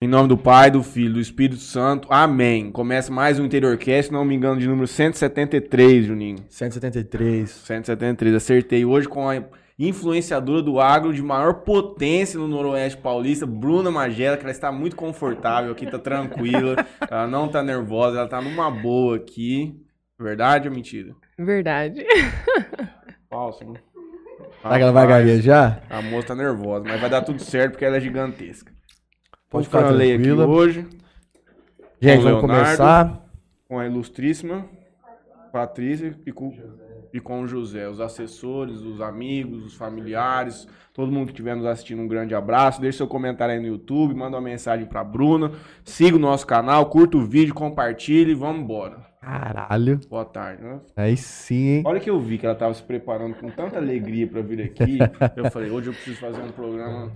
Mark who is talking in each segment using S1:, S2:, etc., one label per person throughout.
S1: Em nome do Pai, do Filho, do Espírito Santo. Amém. Começa mais um Interiorcast, se não me engano, de número 173, Juninho.
S2: 173.
S1: 173, acertei hoje com a influenciadora do agro de maior potência no Noroeste Paulista, Bruna Magela, que ela está muito confortável aqui, tá tranquila, ela não tá nervosa, ela tá numa boa aqui. Verdade ou mentira?
S3: Verdade.
S1: Falso, né?
S2: Será que ela vai
S1: Rapaz,
S2: gaguejar?
S1: A moça tá nervosa, mas vai dar tudo certo porque ela é gigantesca. Pode
S2: Pode ficar
S1: ficar lei aqui
S2: tranquila.
S1: hoje
S2: Gente,
S1: Leonardo.
S2: vamos começar.
S1: com a ilustríssima Patrícia e com, e com o José, os assessores, os amigos, os familiares, todo mundo que estiver nos assistindo, um grande abraço. Deixe seu comentário aí no YouTube, manda uma mensagem pra Bruna, siga o nosso canal, curta o vídeo, compartilhe e vamos embora.
S2: Caralho.
S1: Boa tarde. Né?
S2: Aí sim, hein?
S1: Olha que eu vi que ela tava se preparando com tanta alegria pra vir aqui. Eu falei, hoje eu preciso fazer um programa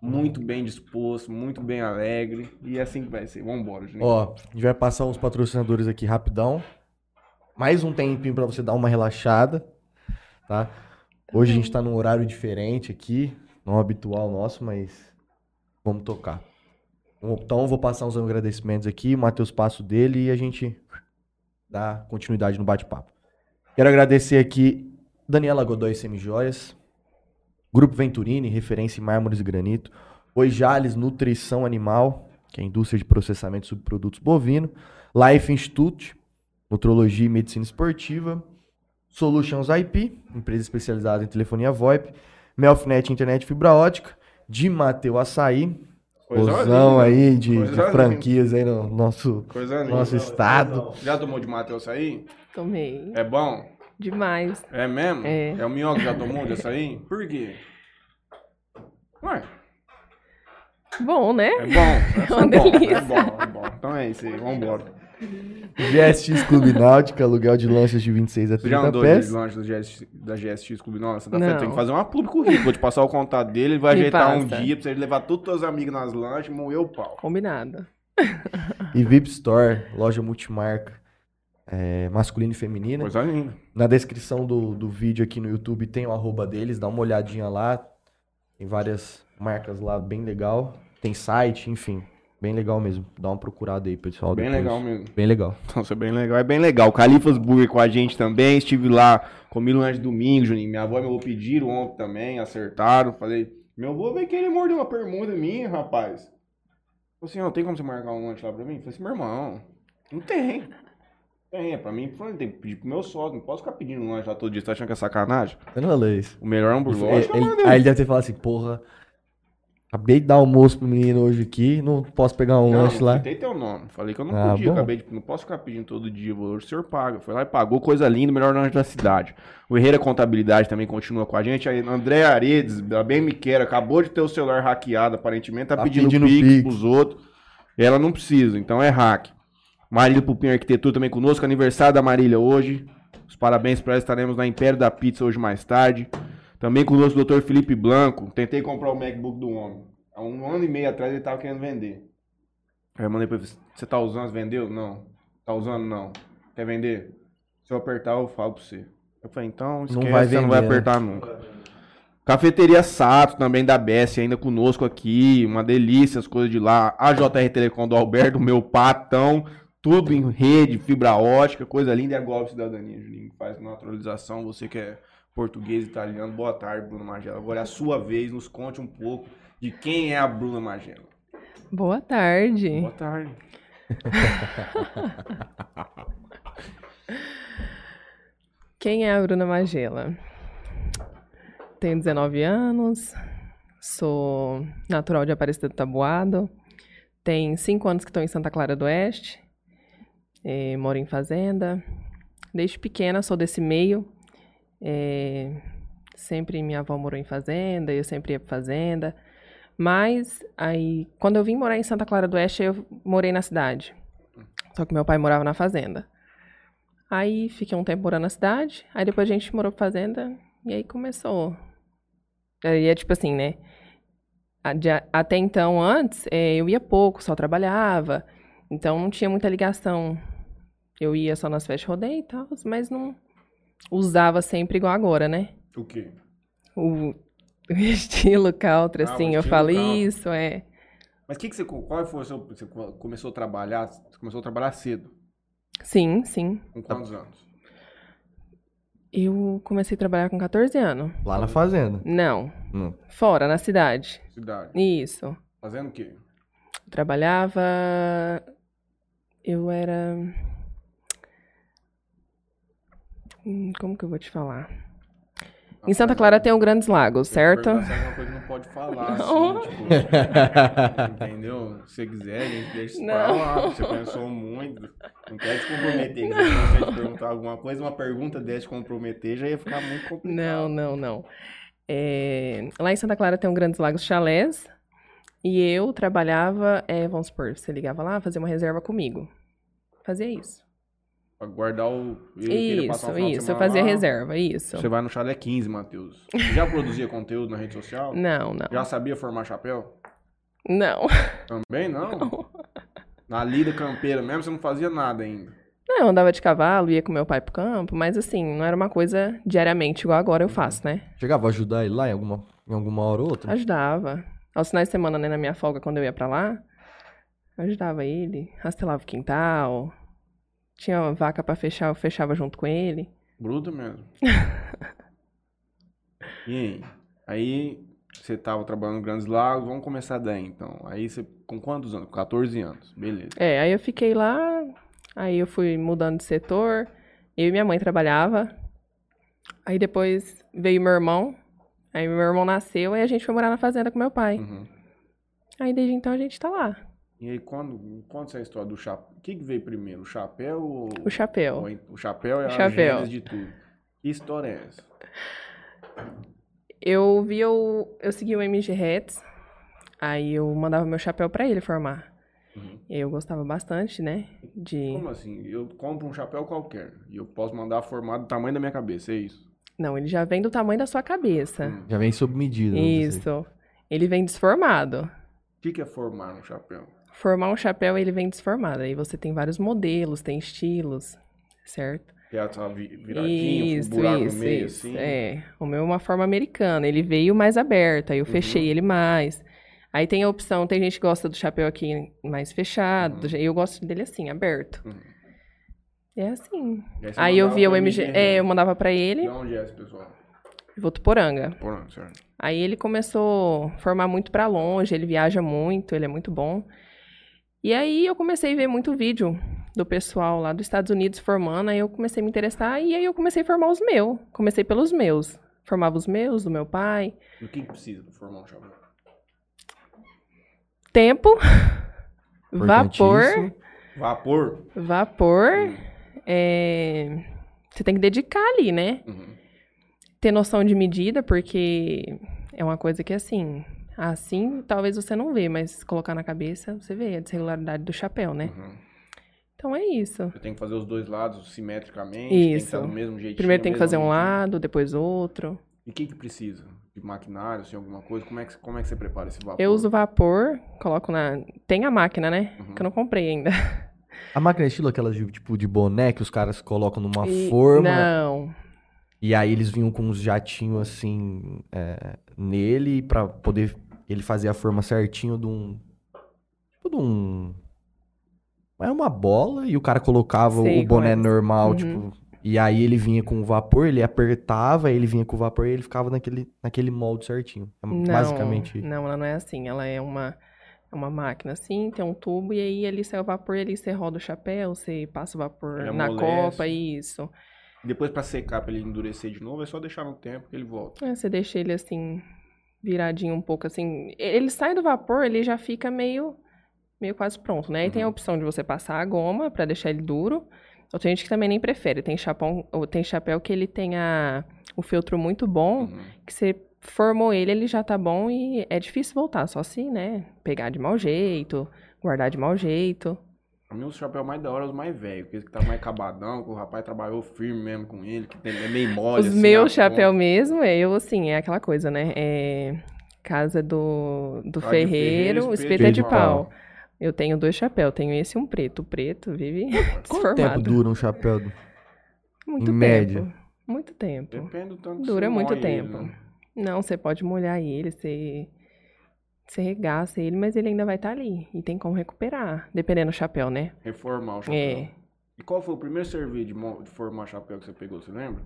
S1: muito bem disposto, muito bem alegre. E é assim que vai ser. Vambora, gente.
S2: Ó, a gente vai passar uns patrocinadores aqui rapidão. Mais um tempinho pra você dar uma relaxada, tá? Hoje a gente tá num horário diferente aqui, não habitual nosso, mas vamos tocar. Então eu vou passar uns agradecimentos aqui, o Matheus Passo dele e a gente dá continuidade no bate-papo. Quero agradecer aqui Daniela Godoy Semijoias, Grupo Venturini, referência em mármores e granito, Oi Jales Nutrição Animal, que é a indústria de processamento de subprodutos bovino, Life Institute, Nutrologia e Medicina Esportiva, Solutions IP, empresa especializada em telefonia VoIP, Melfnet Internet Fibra Ótica, de Mateu Açaí,
S1: Coisa
S2: Osão
S1: linda.
S2: aí de,
S1: Coisa
S2: de
S1: linda.
S2: franquias aí no nosso,
S1: Coisa linda.
S2: nosso estado.
S1: Já tomou de mate açaí?
S3: Tomei.
S1: É bom?
S3: Demais.
S1: É mesmo?
S3: É.
S1: o minhoca que já tomou de açaí? Por quê? Ué,
S3: Bom, né?
S1: é bom. É,
S3: uma
S1: bom, é
S3: delícia.
S1: bom, é bom. Então é isso aí, vambora.
S2: GSX Clube Náutica, aluguel de lanchas de 26 a
S1: Você já
S2: 30
S1: andou de
S2: pés.
S1: lanche do GS da GSX Clube? Nossa, tá
S3: Não.
S1: feito. Tem que fazer uma pub com o Rico. Vou te passar o contato dele, ele vai
S3: Me
S1: ajeitar um
S3: passa.
S1: dia pra você levar todos os seus amigos nas lanches e moer o pau.
S3: Combinado.
S2: E VIP Store, loja multimarca, é, masculina e feminina.
S1: Coisa linda.
S2: Na descrição do, do vídeo aqui no YouTube tem o arroba deles, dá uma olhadinha lá. Tem várias marcas lá, bem legal. Tem site, enfim, bem legal mesmo. Dá uma procurada aí, pessoal.
S1: Bem
S2: depois.
S1: legal mesmo.
S2: Bem legal.
S1: Nossa, é bem legal, é bem legal. Califas Burger com a gente também, estive lá, comi lanche domingo, Juninho. Minha avó e meu avô pediram ontem também, acertaram. Falei, meu avô veio querer morder uma permuta minha, rapaz. Falei assim, ó, tem como você marcar um lanche lá pra mim? Falei assim, meu irmão, não tem. Tem, é pra mim, falei, tem que pedir pro meu sócio, não posso ficar pedindo lanche lá todo dia, você tá achando que é sacanagem?
S2: Eu não falei isso.
S1: O melhor hambúrguer, lógico,
S2: Ele- ele-
S1: é lá, né?
S2: aí ele deve ter falado assim, porra, acabei de dar almoço pro menino hoje aqui, não posso pegar um
S1: Não,
S2: lanche
S1: não
S2: lá.
S1: citei teu nome. Falei que eu não
S2: Ah,
S1: podia,
S2: bom.
S1: acabei de. Não posso ficar pedindo todo dia, hoje o senhor paga. Foi lá e pagou, coisa linda, o melhor lanche da cidade. O Herreira Contabilidade também continua com a gente. Aí, André Aredes, da Bem Me Quer, acabou de ter o celular hackeado, aparentemente, tá,
S2: Tá
S1: pedindo,
S2: pedindo
S1: pix,
S2: pix.
S1: pros outros. E ela não precisa, então é hack. Marília Pupim Arquitetura também conosco, aniversário da Marília hoje. Os parabéns pra ela, estaremos na Império da Pizza hoje mais tarde. Também conosco o Dr. Felipe Blanco. Tentei comprar o MacBook do homem. Há um ano e meio atrás ele tava querendo vender. Aí eu mandei pra ele, você tá usando, você vendeu? Não. Tá usando, não. Quer vender? Se eu apertar, eu falo pra você. Eu falei, então esquece,
S2: vai
S1: você não vai
S2: vender, né?
S1: apertar nunca. Cafeteria Sato, também da BS, ainda conosco aqui. Uma delícia as coisas de lá. A JR Telecom do Alberto, meu patão. Tudo em rede, fibra ótica, coisa linda. E agora a cidadania, Juninho, que faz naturalização. Você que é português, italiano. Boa tarde, Bruno Magela. Agora é a sua vez, nos conte um pouco de quem é a Bruna Magela.
S3: Boa tarde.
S1: Boa tarde.
S3: Quem é a Bruna Magela? Tenho 19 anos, sou natural de Aparecida do Tabuado, tem 5 anos que estou em Santa Clara do Oeste, eh, moro em fazenda. Desde pequena sou desse meio, eh, sempre minha avó morou em fazenda, eu sempre ia para fazenda, mas aí quando eu vim morar em Santa Clara do Oeste, eu morei na cidade, só que meu pai morava na fazenda. Aí fiquei um tempo morando na cidade, aí depois a gente morou pra fazenda, e aí começou. Aí é tipo assim, né? A- de a- Até então, antes, eh, eu ia pouco, só trabalhava, então não tinha muita ligação. Eu ia só nas festas de rodeio e tal, mas não usava sempre igual agora, né?
S1: O quê?
S3: O, o estilo country,
S1: Ah, o
S3: assim, eu
S1: estilo
S3: falo
S1: country.
S3: isso, é.
S1: Mas que que você, qual foi o seu, você começou a trabalhar, você começou a trabalhar cedo,
S3: Sim, sim.
S1: com quantos anos?
S3: Eu comecei a trabalhar com 14 anos.
S2: Lá na fazenda.
S3: Não,
S2: Não.
S3: fora, na cidade.
S1: Cidade.
S3: Isso.
S1: Fazendo o quê?
S3: Trabalhava. Eu era. Hum, Como que eu vou te falar? Em Santa
S1: é
S3: Clara tem o Grandes Lagos, certo?
S1: Alguma coisa que não pode falar,
S3: Não.
S1: assim, tipo, entendeu? Se você quiser, a gente deixa isso pra
S3: Não.
S1: lá, você pensou muito, não quer te comprometer, que se você te perguntar alguma coisa, uma pergunta dessa te comprometer, já ia ficar muito complicado.
S3: Não, não, não. É, Lá em Santa Clara tem um Grandes Lagos Chalés. E eu trabalhava, é, vamos supor, você ligava lá, fazia uma reserva comigo. Fazia isso.
S1: Pra guardar o... ele queria passar um
S3: Isso,
S1: final de
S3: isso. Eu
S1: semana
S3: fazia
S1: lá,
S3: reserva, então. isso.
S1: Você vai no chalé 15, Matheus. Você Já produzia conteúdo na rede social?
S3: Não, não.
S1: Já sabia formar chapéu?
S3: Não.
S1: Também não? Na lida campeira mesmo, você não fazia nada ainda.
S3: Não, eu andava de cavalo, ia com meu pai pro campo, mas assim, não era uma coisa diariamente, igual agora eu faço, né?
S2: Chegava a ajudar ele lá em alguma, em alguma hora ou outra?
S3: Ajudava. Aos finais de semana, né, na minha folga, quando eu ia pra lá, eu ajudava ele, rastelava o quintal, tinha uma vaca pra fechar, eu fechava junto com ele.
S1: Bruto mesmo. e aí? Aí você tava trabalhando no Grandes Lagos, vamos começar daí então. Aí você, com quantos anos? Com 14 anos, beleza.
S3: É, aí eu fiquei lá, aí eu fui mudando de setor, eu e minha mãe trabalhava. Aí depois veio meu irmão, aí meu irmão nasceu, aí a gente foi morar na fazenda com meu pai.
S1: Uhum.
S3: Aí desde então a gente tá lá.
S1: E aí, quando, conta essa história do chapéu. O que, que veio primeiro? O chapéu ou.
S3: O chapéu.
S1: ou en- O chapéu é a
S3: Chapéu.
S1: gênese de tudo. Que história é essa?
S3: Eu via o. Eu segui o MG Hats, aí eu mandava meu chapéu pra ele formar.
S1: Uhum.
S3: Eu gostava bastante, né? De.
S1: Como assim? Eu compro um chapéu qualquer e eu posso mandar formar do tamanho da minha cabeça, é isso?
S3: Não, ele já vem do tamanho da sua cabeça.
S1: Hum.
S2: Já vem sob medida. vamos dizer.
S3: Isso. Ele vem desformado.
S1: O que, que é formar um chapéu?
S3: Formar um chapéu, ele vem desformado. Aí você tem vários modelos, tem estilos, certo?
S1: Que é só vi- viradinho,
S3: isso,
S1: um buraco
S3: isso,
S1: no meio,
S3: isso.
S1: assim.
S3: É. O meu é uma forma americana. Ele veio mais aberto, aí eu
S1: Uhum.
S3: fechei ele mais. Aí tem a opção, tem gente que gosta do chapéu aqui mais fechado. Eu gosto dele assim, aberto.
S1: Uhum.
S3: É assim.
S1: E você
S3: Aí eu
S1: mandava
S3: via o
S1: pra né?
S3: MG.
S1: MGR.
S3: É, eu mandava pra
S1: De
S3: ele,
S1: onde é esse pessoal?
S3: Votuporanga.
S1: Por onde, certo?
S3: Aí ele começou a formar muito pra longe, ele viaja muito, ele é muito bom. E aí eu comecei a ver muito vídeo do pessoal lá dos Estados Unidos formando, aí eu comecei a me interessar e aí eu comecei a formar os meus. Comecei pelos meus. Formava os meus, do meu pai.
S1: E o que que precisa pra formar um chapéu?
S3: Tempo, vapor,
S2: Importantíssimo.
S1: Vapor? Hum.
S3: vapor. é, Você tem que dedicar ali, né?
S1: Uhum.
S3: ter noção de medida, porque é uma coisa que assim, assim talvez você não vê, mas se colocar na cabeça, você vê a desregularidade do chapéu, né?
S1: Uhum.
S3: Então é isso.
S1: Eu tenho que fazer os dois lados simetricamente. Tem que
S3: Isso.
S1: estar do mesmo jeitinho.
S3: Primeiro tem que
S1: mesma
S3: fazer um
S1: medida.
S3: lado, depois outro.
S1: E o que que precisa? De maquinário, assim, alguma coisa? Como é que, como é que você prepara esse vapor?
S3: Eu uso vapor, coloco na. Tem a máquina, né?
S1: Uhum.
S3: Que eu não comprei ainda.
S2: A máquina é estilo aquelas de, tipo de boné que os caras colocam numa
S3: E-
S2: forma.
S3: Não.
S2: E aí eles vinham com uns jatinhos assim é, nele pra poder ele fazer a forma certinho de um. Tipo de um. Era uma bola e o cara colocava
S3: Sei
S2: o boné
S3: qual é.
S2: normal,
S3: Uhum.
S2: tipo. E aí ele vinha com o vapor, ele apertava, ele vinha com o vapor e ele ficava naquele, naquele molde certinho. É
S3: não.
S2: basicamente.
S3: Não, ela não é assim. Ela é uma. é Uma máquina assim, tem um tubo, e aí ali sai o vapor, e ali você roda o chapéu, você passa o vapor
S1: Ele
S3: na
S1: amolece.
S3: copa, isso.
S1: Depois pra secar, pra ele endurecer de novo, é só deixar no tempo que ele volta.
S3: É, você deixa ele assim, viradinho um pouco assim. Ele sai do vapor, ele já fica meio, meio quase pronto, né? Aí tem a
S1: Uhum.
S3: opção de você passar a goma pra deixar ele duro. Ou tem gente que também nem prefere. Tem chapão, ou tem chapéu que ele tem a, o filtro muito bom,
S1: Uhum.
S3: que você formou ele, ele já tá bom e é difícil voltar, só se, né, pegar de mau jeito, guardar de mau jeito.
S1: Pra mim, os chapéus mais da hora é os mais velhos. Aqueles que tá mais cabadão, que o rapaz trabalhou firme mesmo com ele, que tem, é meio mole.
S3: Os
S1: assim,
S3: meus
S1: a ponta.
S3: chapéu mesmo, eu assim, é aquela coisa, né? É casa do,
S1: Casa de
S3: do ferreiro,
S1: ferreiro,
S3: o espeto é de pau. Eu tenho dois chapéus, tenho esse e um preto. O preto vive
S2: Quanto tempo
S3: desformado.
S2: dura um chapéu? do-
S3: Muito
S2: em
S3: tempo.
S2: média?
S3: Muito tempo.
S1: Depende do tanto que
S3: Dura
S1: você né?
S3: muito
S1: moe ele,
S3: tempo.
S1: né?
S3: Não, você pode molhar ele, você, Você regaça ele, mas ele ainda vai estar ali. E tem como recuperar, dependendo do chapéu, né?
S1: Reformar o chapéu.
S3: É.
S1: E qual foi o primeiro serviço de, mo- de formar chapéu que você pegou, você lembra?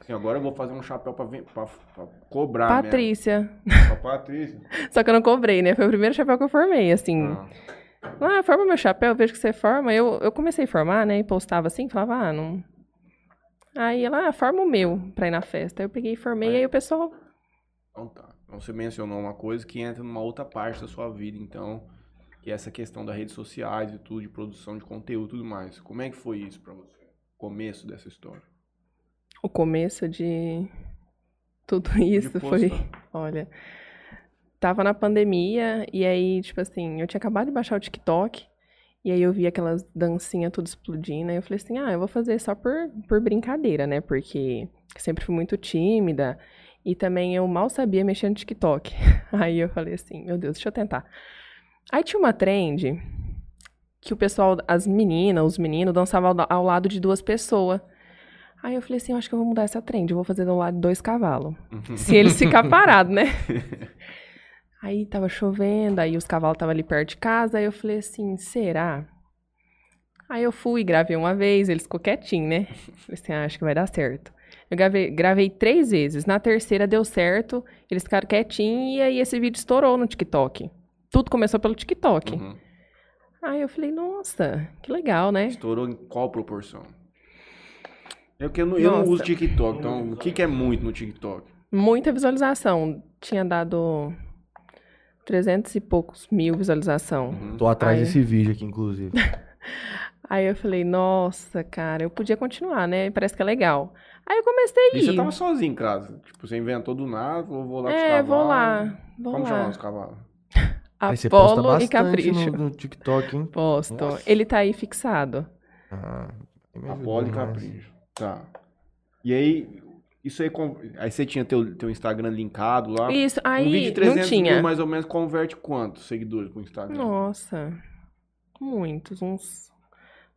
S1: Assim, agora eu vou fazer um chapéu pra, ven- pra- pra cobrar mesmo.
S3: Patrícia.
S1: Pra Patrícia.
S3: Só que eu não cobrei, né? Foi o primeiro chapéu que eu formei, assim.
S1: Ah.
S3: Ah, forma meu chapéu, eu vejo que você forma. Eu, eu comecei a formar, né? E postava assim, falava, ah, não. Aí ela, ah, forma o meu pra ir na festa. Aí eu peguei e formei, aí o pessoal.
S1: Então tá. Então você mencionou uma coisa que entra numa outra parte da sua vida, então, que é essa questão das redes sociais e tudo, de produção de conteúdo e tudo mais. Como é que foi isso pra você? O começo dessa história.
S3: O começo de tudo
S1: De
S3: isso foi.
S1: postar.
S3: Olha. Tava na pandemia, e aí, tipo assim, eu tinha acabado de baixar o TikTok. E aí eu vi aquelas dancinhas tudo explodindo. Aí eu falei assim, ah, eu vou fazer só por, por brincadeira, né? Porque sempre fui muito tímida. E também eu mal sabia mexer no TikTok. Aí eu falei assim, meu Deus, deixa eu tentar. Aí tinha uma trend que o pessoal, as meninas, os meninos, dançavam ao, ao lado de duas pessoas. Aí eu falei assim, eu acho que eu vou mudar essa trend, eu vou fazer do lado de dois cavalos. Se eles ficar parados, né? Aí tava chovendo, aí os cavalos estavam ali perto de casa, aí eu falei assim, será? Aí eu fui, gravei uma vez, eles ficou quietinho, né? Falei assim, ah, acho que vai dar certo. Eu gravei, gravei três vezes, na terceira deu certo, eles ficaram quietinhos e aí esse vídeo estourou no TikTok. Tudo começou pelo TikTok.
S1: Uhum.
S3: Aí eu falei, nossa, que legal, né?
S1: Estourou em qual proporção? Eu, que eu, não, eu não
S3: Nossa.
S1: uso TikTok, então o que, que é muito no TikTok?
S3: Muita visualização. Tinha dado 300 e poucos mil visualização.
S1: Uhum.
S2: Tô atrás
S3: Aí.
S2: desse vídeo aqui, inclusive.
S3: Aí eu falei, nossa, cara, eu podia continuar, né? Parece que é legal. Aí eu comecei a
S1: E você
S3: ir.
S1: tava sozinho em casa? Tipo, você inventou do nada, vou, vou lá com os
S3: É,
S1: cavalos.
S3: vou lá, vou
S1: Como
S3: lá.
S1: chamar os cavalos?
S2: Aí você posta
S3: Apolo e
S2: bastante
S3: Capricho.
S2: no, no TikTok, hein?
S3: Posto.
S2: Nossa.
S3: Ele tá aí fixado.
S2: Ah, me ajudou
S1: Apolo e
S2: demais.
S1: Capricho. Tá. E aí, isso aí. con- Aí você tinha teu, teu Instagram linkado lá.
S3: Isso,
S1: um vídeo
S3: aí
S1: de 300
S3: não tinha.
S1: mil, mais ou menos, converte quantos seguidores pro Instagram?
S3: Nossa, muitos, uns,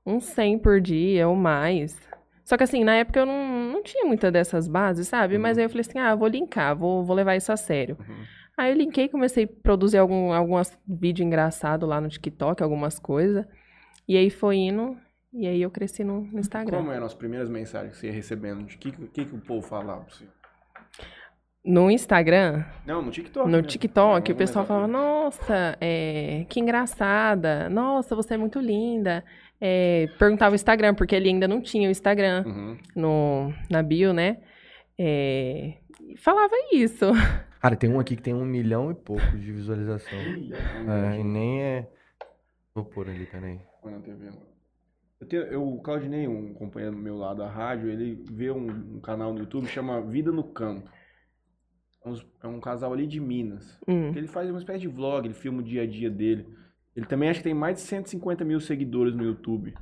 S3: uns 100 por dia ou mais. Só que assim, na época eu não, não tinha muita dessas bases, sabe? Mas
S1: Uhum.
S3: aí eu falei assim, ah, vou linkar, vou, vou levar isso a sério.
S1: Uhum.
S3: Aí eu linkei, comecei a produzir algum, algumas vídeo engraçado lá no TikTok, algumas coisas. E aí foi indo, e aí eu cresci no, no Instagram.
S1: Como eram as primeiras mensagens que você ia recebendo? O que, que, que o povo falava pra você?
S3: No Instagram,
S1: Não, no TikTok.
S3: No
S1: né? é
S3: TikTok,
S1: Vamos
S3: o pessoal
S1: começar
S3: falava,
S1: por-
S3: nossa, é, que engraçada, nossa, você é muito linda. É, perguntava o Instagram, porque ele ainda não tinha o Instagram
S1: Uhum.
S3: no, na bio, né? É, e falava isso.
S2: Cara, tem um aqui que tem um milhão e pouco de visualização. É, e nem é. Vou pôr ali, peraí.
S1: Põe na TV lá. Eu tenho, eu, o Claudinei, um companheiro do meu lado da rádio, ele vê um, um canal no YouTube que chama Vida no Campo. É uns- É um casal ali de Minas.
S3: Hum,
S1: Porque Ele faz uma espécie de vlog, ele filma o dia a dia dele. Ele também acho que tem mais de 150 mil seguidores no YouTube.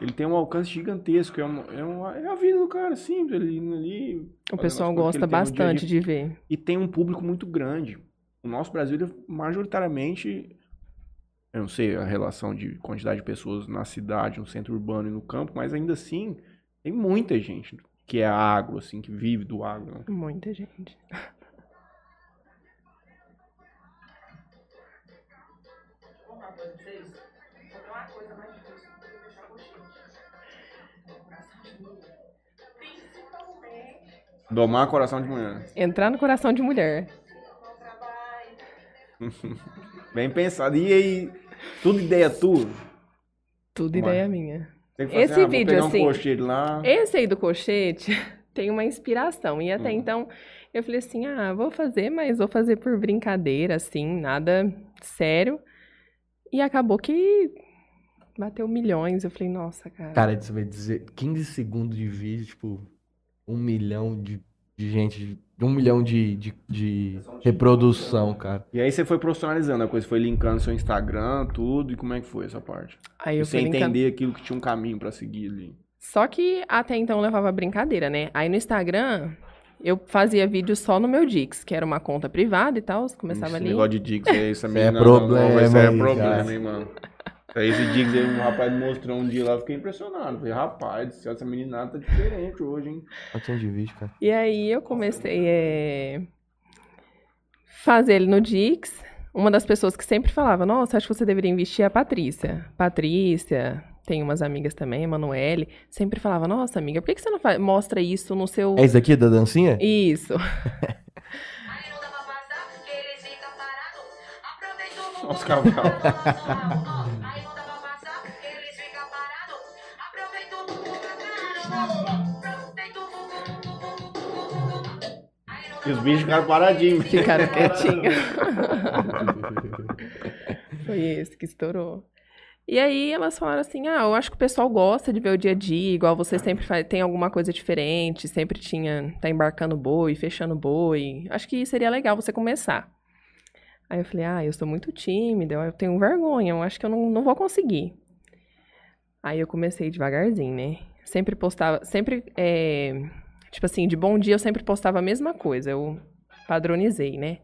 S1: Ele tem um alcance gigantesco, é, uma, é, uma, é a vida do cara, simples, ele indo ali.
S3: o
S1: fazendo
S3: pessoal
S1: as coisas que ele tem no
S3: gosta
S1: dia a
S3: bastante
S1: dia.
S3: de ver.
S1: E tem um público muito grande. O nosso Brasil, ele é majoritariamente, eu não sei a relação de quantidade de pessoas na cidade, no centro urbano e no campo, mas ainda assim, tem muita gente que é agro, assim, que vive do agro. né?
S3: Muita gente.
S1: Domar coração de manhã.
S3: Entrar no coração de mulher.
S1: Bem pensado. E aí, tudo ideia tua?
S3: Tudo
S1: Mas-
S3: ideia minha.
S1: Tem que
S3: Esse
S1: vou
S3: vídeo,
S1: pegar um
S3: assim,
S1: cocheiro lá.
S3: Esse aí do colchete tem uma inspiração. E até
S1: Hum.
S3: então eu falei assim: ah, vou fazer, mas vou fazer por brincadeira, assim, nada sério. E acabou que bateu milhões. Eu falei, nossa, cara.
S1: Tá.
S2: Cara, isso vai dizer 15 segundos de vídeo, tipo, um milhão de, de gente, de- um milhão de, de, de
S1: um
S2: reprodução, cara.
S1: E aí você foi profissionalizando a coisa, foi linkando seu Instagram, tudo, e como é que foi essa parte?
S3: aí
S1: E
S3: eu
S1: você
S3: fui brincando.
S1: entender aquilo que tinha um caminho pra seguir ali.
S3: Só que até então eu levava brincadeira, né? Aí no Instagram eu fazia vídeo só no meu Dix, que era uma conta privada e tal. Começava
S1: Esse
S3: ali.
S1: negócio de Diggs aí, essa
S2: é
S1: menina... não,
S2: problema,
S1: não, isso aí é
S2: hein,
S1: problema,
S2: cara.
S1: hein, mano. Isso aí, Esse Diggs aí, um rapaz me mostrou um dia lá, eu fiquei impressionado. Falei, rapaz, do céu, essa meninada tá diferente hoje, hein?
S2: Quanto de vídeo, cara?
S3: E aí eu comecei a fazer ele é, no Dix, Uma das pessoas que sempre falava, nossa, acho que você deveria investir é a Patrícia. Patrícia, tem umas amigas também, a Manuele, sempre falava, nossa, amiga, por que que você não fa- mostra isso no seu.
S2: É isso aqui da dancinha?
S3: Isso.
S4: Aí não dá pra passar, eles ficam parados. Aproveita o tá
S1: Olha os
S4: momento.
S1: cavalos.
S4: Aí não dá pra passar, eles ficam parados. Aproveita o tá momento. Aproveita o tá momento. Aí não dá
S1: E os
S4: pra
S1: bichos ficaram paradinhos.
S3: Ficaram quietinhos. Foi esse que estourou. E aí elas falaram assim: ah, eu acho que o pessoal gosta de ver o dia a dia, igual você sempre faz, tem alguma coisa diferente, sempre tinha, tá embarcando boi, fechando boi. Acho que seria legal você começar. Aí eu falei, ah, eu sou muito tímida, eu tenho vergonha, eu acho que eu não, não vou conseguir. Aí eu comecei devagarzinho, né? Sempre postava, sempre, é, tipo assim, de bom dia eu sempre postava a mesma coisa, eu padronizei, né?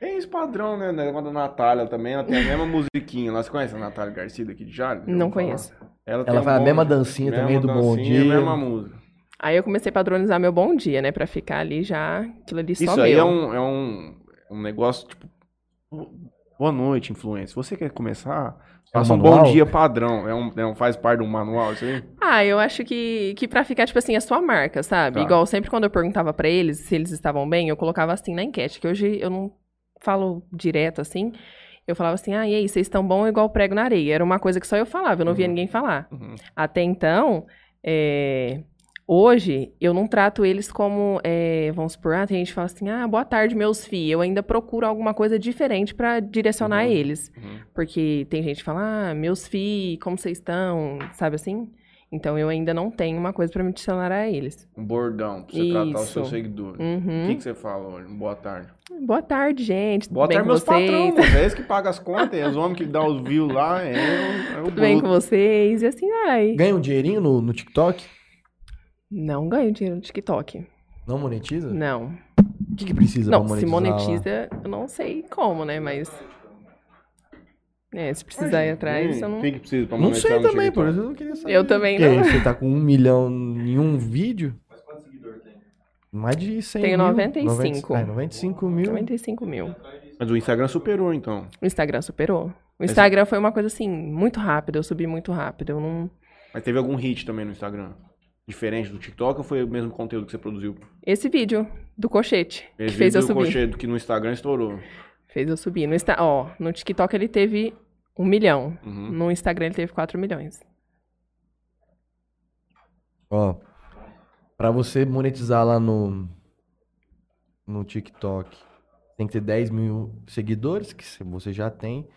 S1: Tem esse padrão, né? né, Igual a da Natália também, ela tem a mesma musiquinha. Lá, você conhece a Natália Garcia daqui de Jales? Já
S3: Não
S1: ouviu falar?
S3: conheço.
S1: tem
S2: Ela
S1: um
S2: faz a
S1: bom
S2: mesma
S1: dia-
S2: dancinha
S1: mesma
S2: também do Bom
S1: dancinha,
S2: Dia.
S1: mesma música.
S3: Aí eu comecei a padronizar meu bom dia, né? Pra ficar ali já, aquilo ali só
S1: Isso
S3: meu.
S1: aí é um, é um, um negócio, tipo. Boa noite, influência. Você quer começar?
S2: É um
S1: Faça um bom
S2: manual?
S1: dia padrão. É um, é um- faz parte de um manual isso aí?
S3: Ah, eu acho que, que pra ficar, tipo assim, a sua marca, sabe?
S1: Tá.
S3: Igual sempre quando eu perguntava pra eles se eles estavam bem, eu colocava assim na enquete, que hoje eu não falo direto assim. Eu falava assim, ah, e aí, vocês estão bom igual prego na areia. Era uma coisa que só eu falava, eu não via
S1: Uhum.
S3: ninguém falar.
S1: Uhum.
S3: Até então, é, hoje, eu não trato eles como, é, vamos supor, ah, tem gente que fala assim, ah, boa tarde, meus filhos. Eu ainda procuro alguma coisa diferente pra direcionar
S1: Uhum.
S3: eles.
S1: uhum.
S3: Porque tem gente que fala, ah, meus fi, como vocês estão? Sabe assim? Então eu ainda não tenho uma coisa pra me adicionar a eles.
S1: Um bordão pra você tratar os
S3: Isso.
S1: seus seguidores. O que,
S3: Uhum.
S1: que você fala hoje? Boa tarde.
S3: Boa tarde, gente. Tudo
S1: Boa
S3: bem
S1: tarde,
S3: com
S1: meus
S3: vocês?
S1: patrões. É eles que pagam as contas, é os homens que dão os views lá. É, o- é o
S3: Tudo bem
S1: bruto.
S3: com vocês? E assim vai.
S2: Ganha um dinheirinho no, no TikTok?
S3: Não ganho dinheiro no TikTok.
S2: Não monetiza?
S3: Não.
S2: O que, que precisa
S3: Não,
S2: pra
S3: se
S2: monetizar?
S3: monetiza, eu não sei como, né? Mas. É, se precisar ir atrás,
S1: Hum,
S3: eu
S1: O
S3: não.
S1: que, que precisa pra
S2: lá? Não sei
S1: monetizar no
S2: também, por
S1: TikTok?
S2: isso eu não queria saber.
S3: Eu também
S2: Porque
S3: não.
S2: Você tá com um milhão em um vídeo? Mais de 100
S3: Tenho
S2: mil.
S3: 95.
S2: 90, é, 95 mil.
S3: 95 mil.
S1: Mas o Instagram superou, então.
S3: O Instagram superou. O
S1: Mas-
S3: Instagram foi uma coisa assim, muito rápida. Eu subi muito rápido. Eu não.
S1: Mas teve algum hit também no Instagram? Diferente do TikTok ou foi o mesmo conteúdo que você produziu?
S3: Esse vídeo do colchete que
S1: Esse
S3: fez eu
S1: vídeo do
S3: subir.
S1: Cochedo que no Instagram estourou.
S3: Fez eu subir. No Insta... Ó, no TikTok ele teve um milhão.
S1: Uhum.
S3: No Instagram ele teve 4 milhões.
S2: Ó, pra você monetizar lá no, no TikTok, tem que ter 10 mil seguidores, que se- você já tem.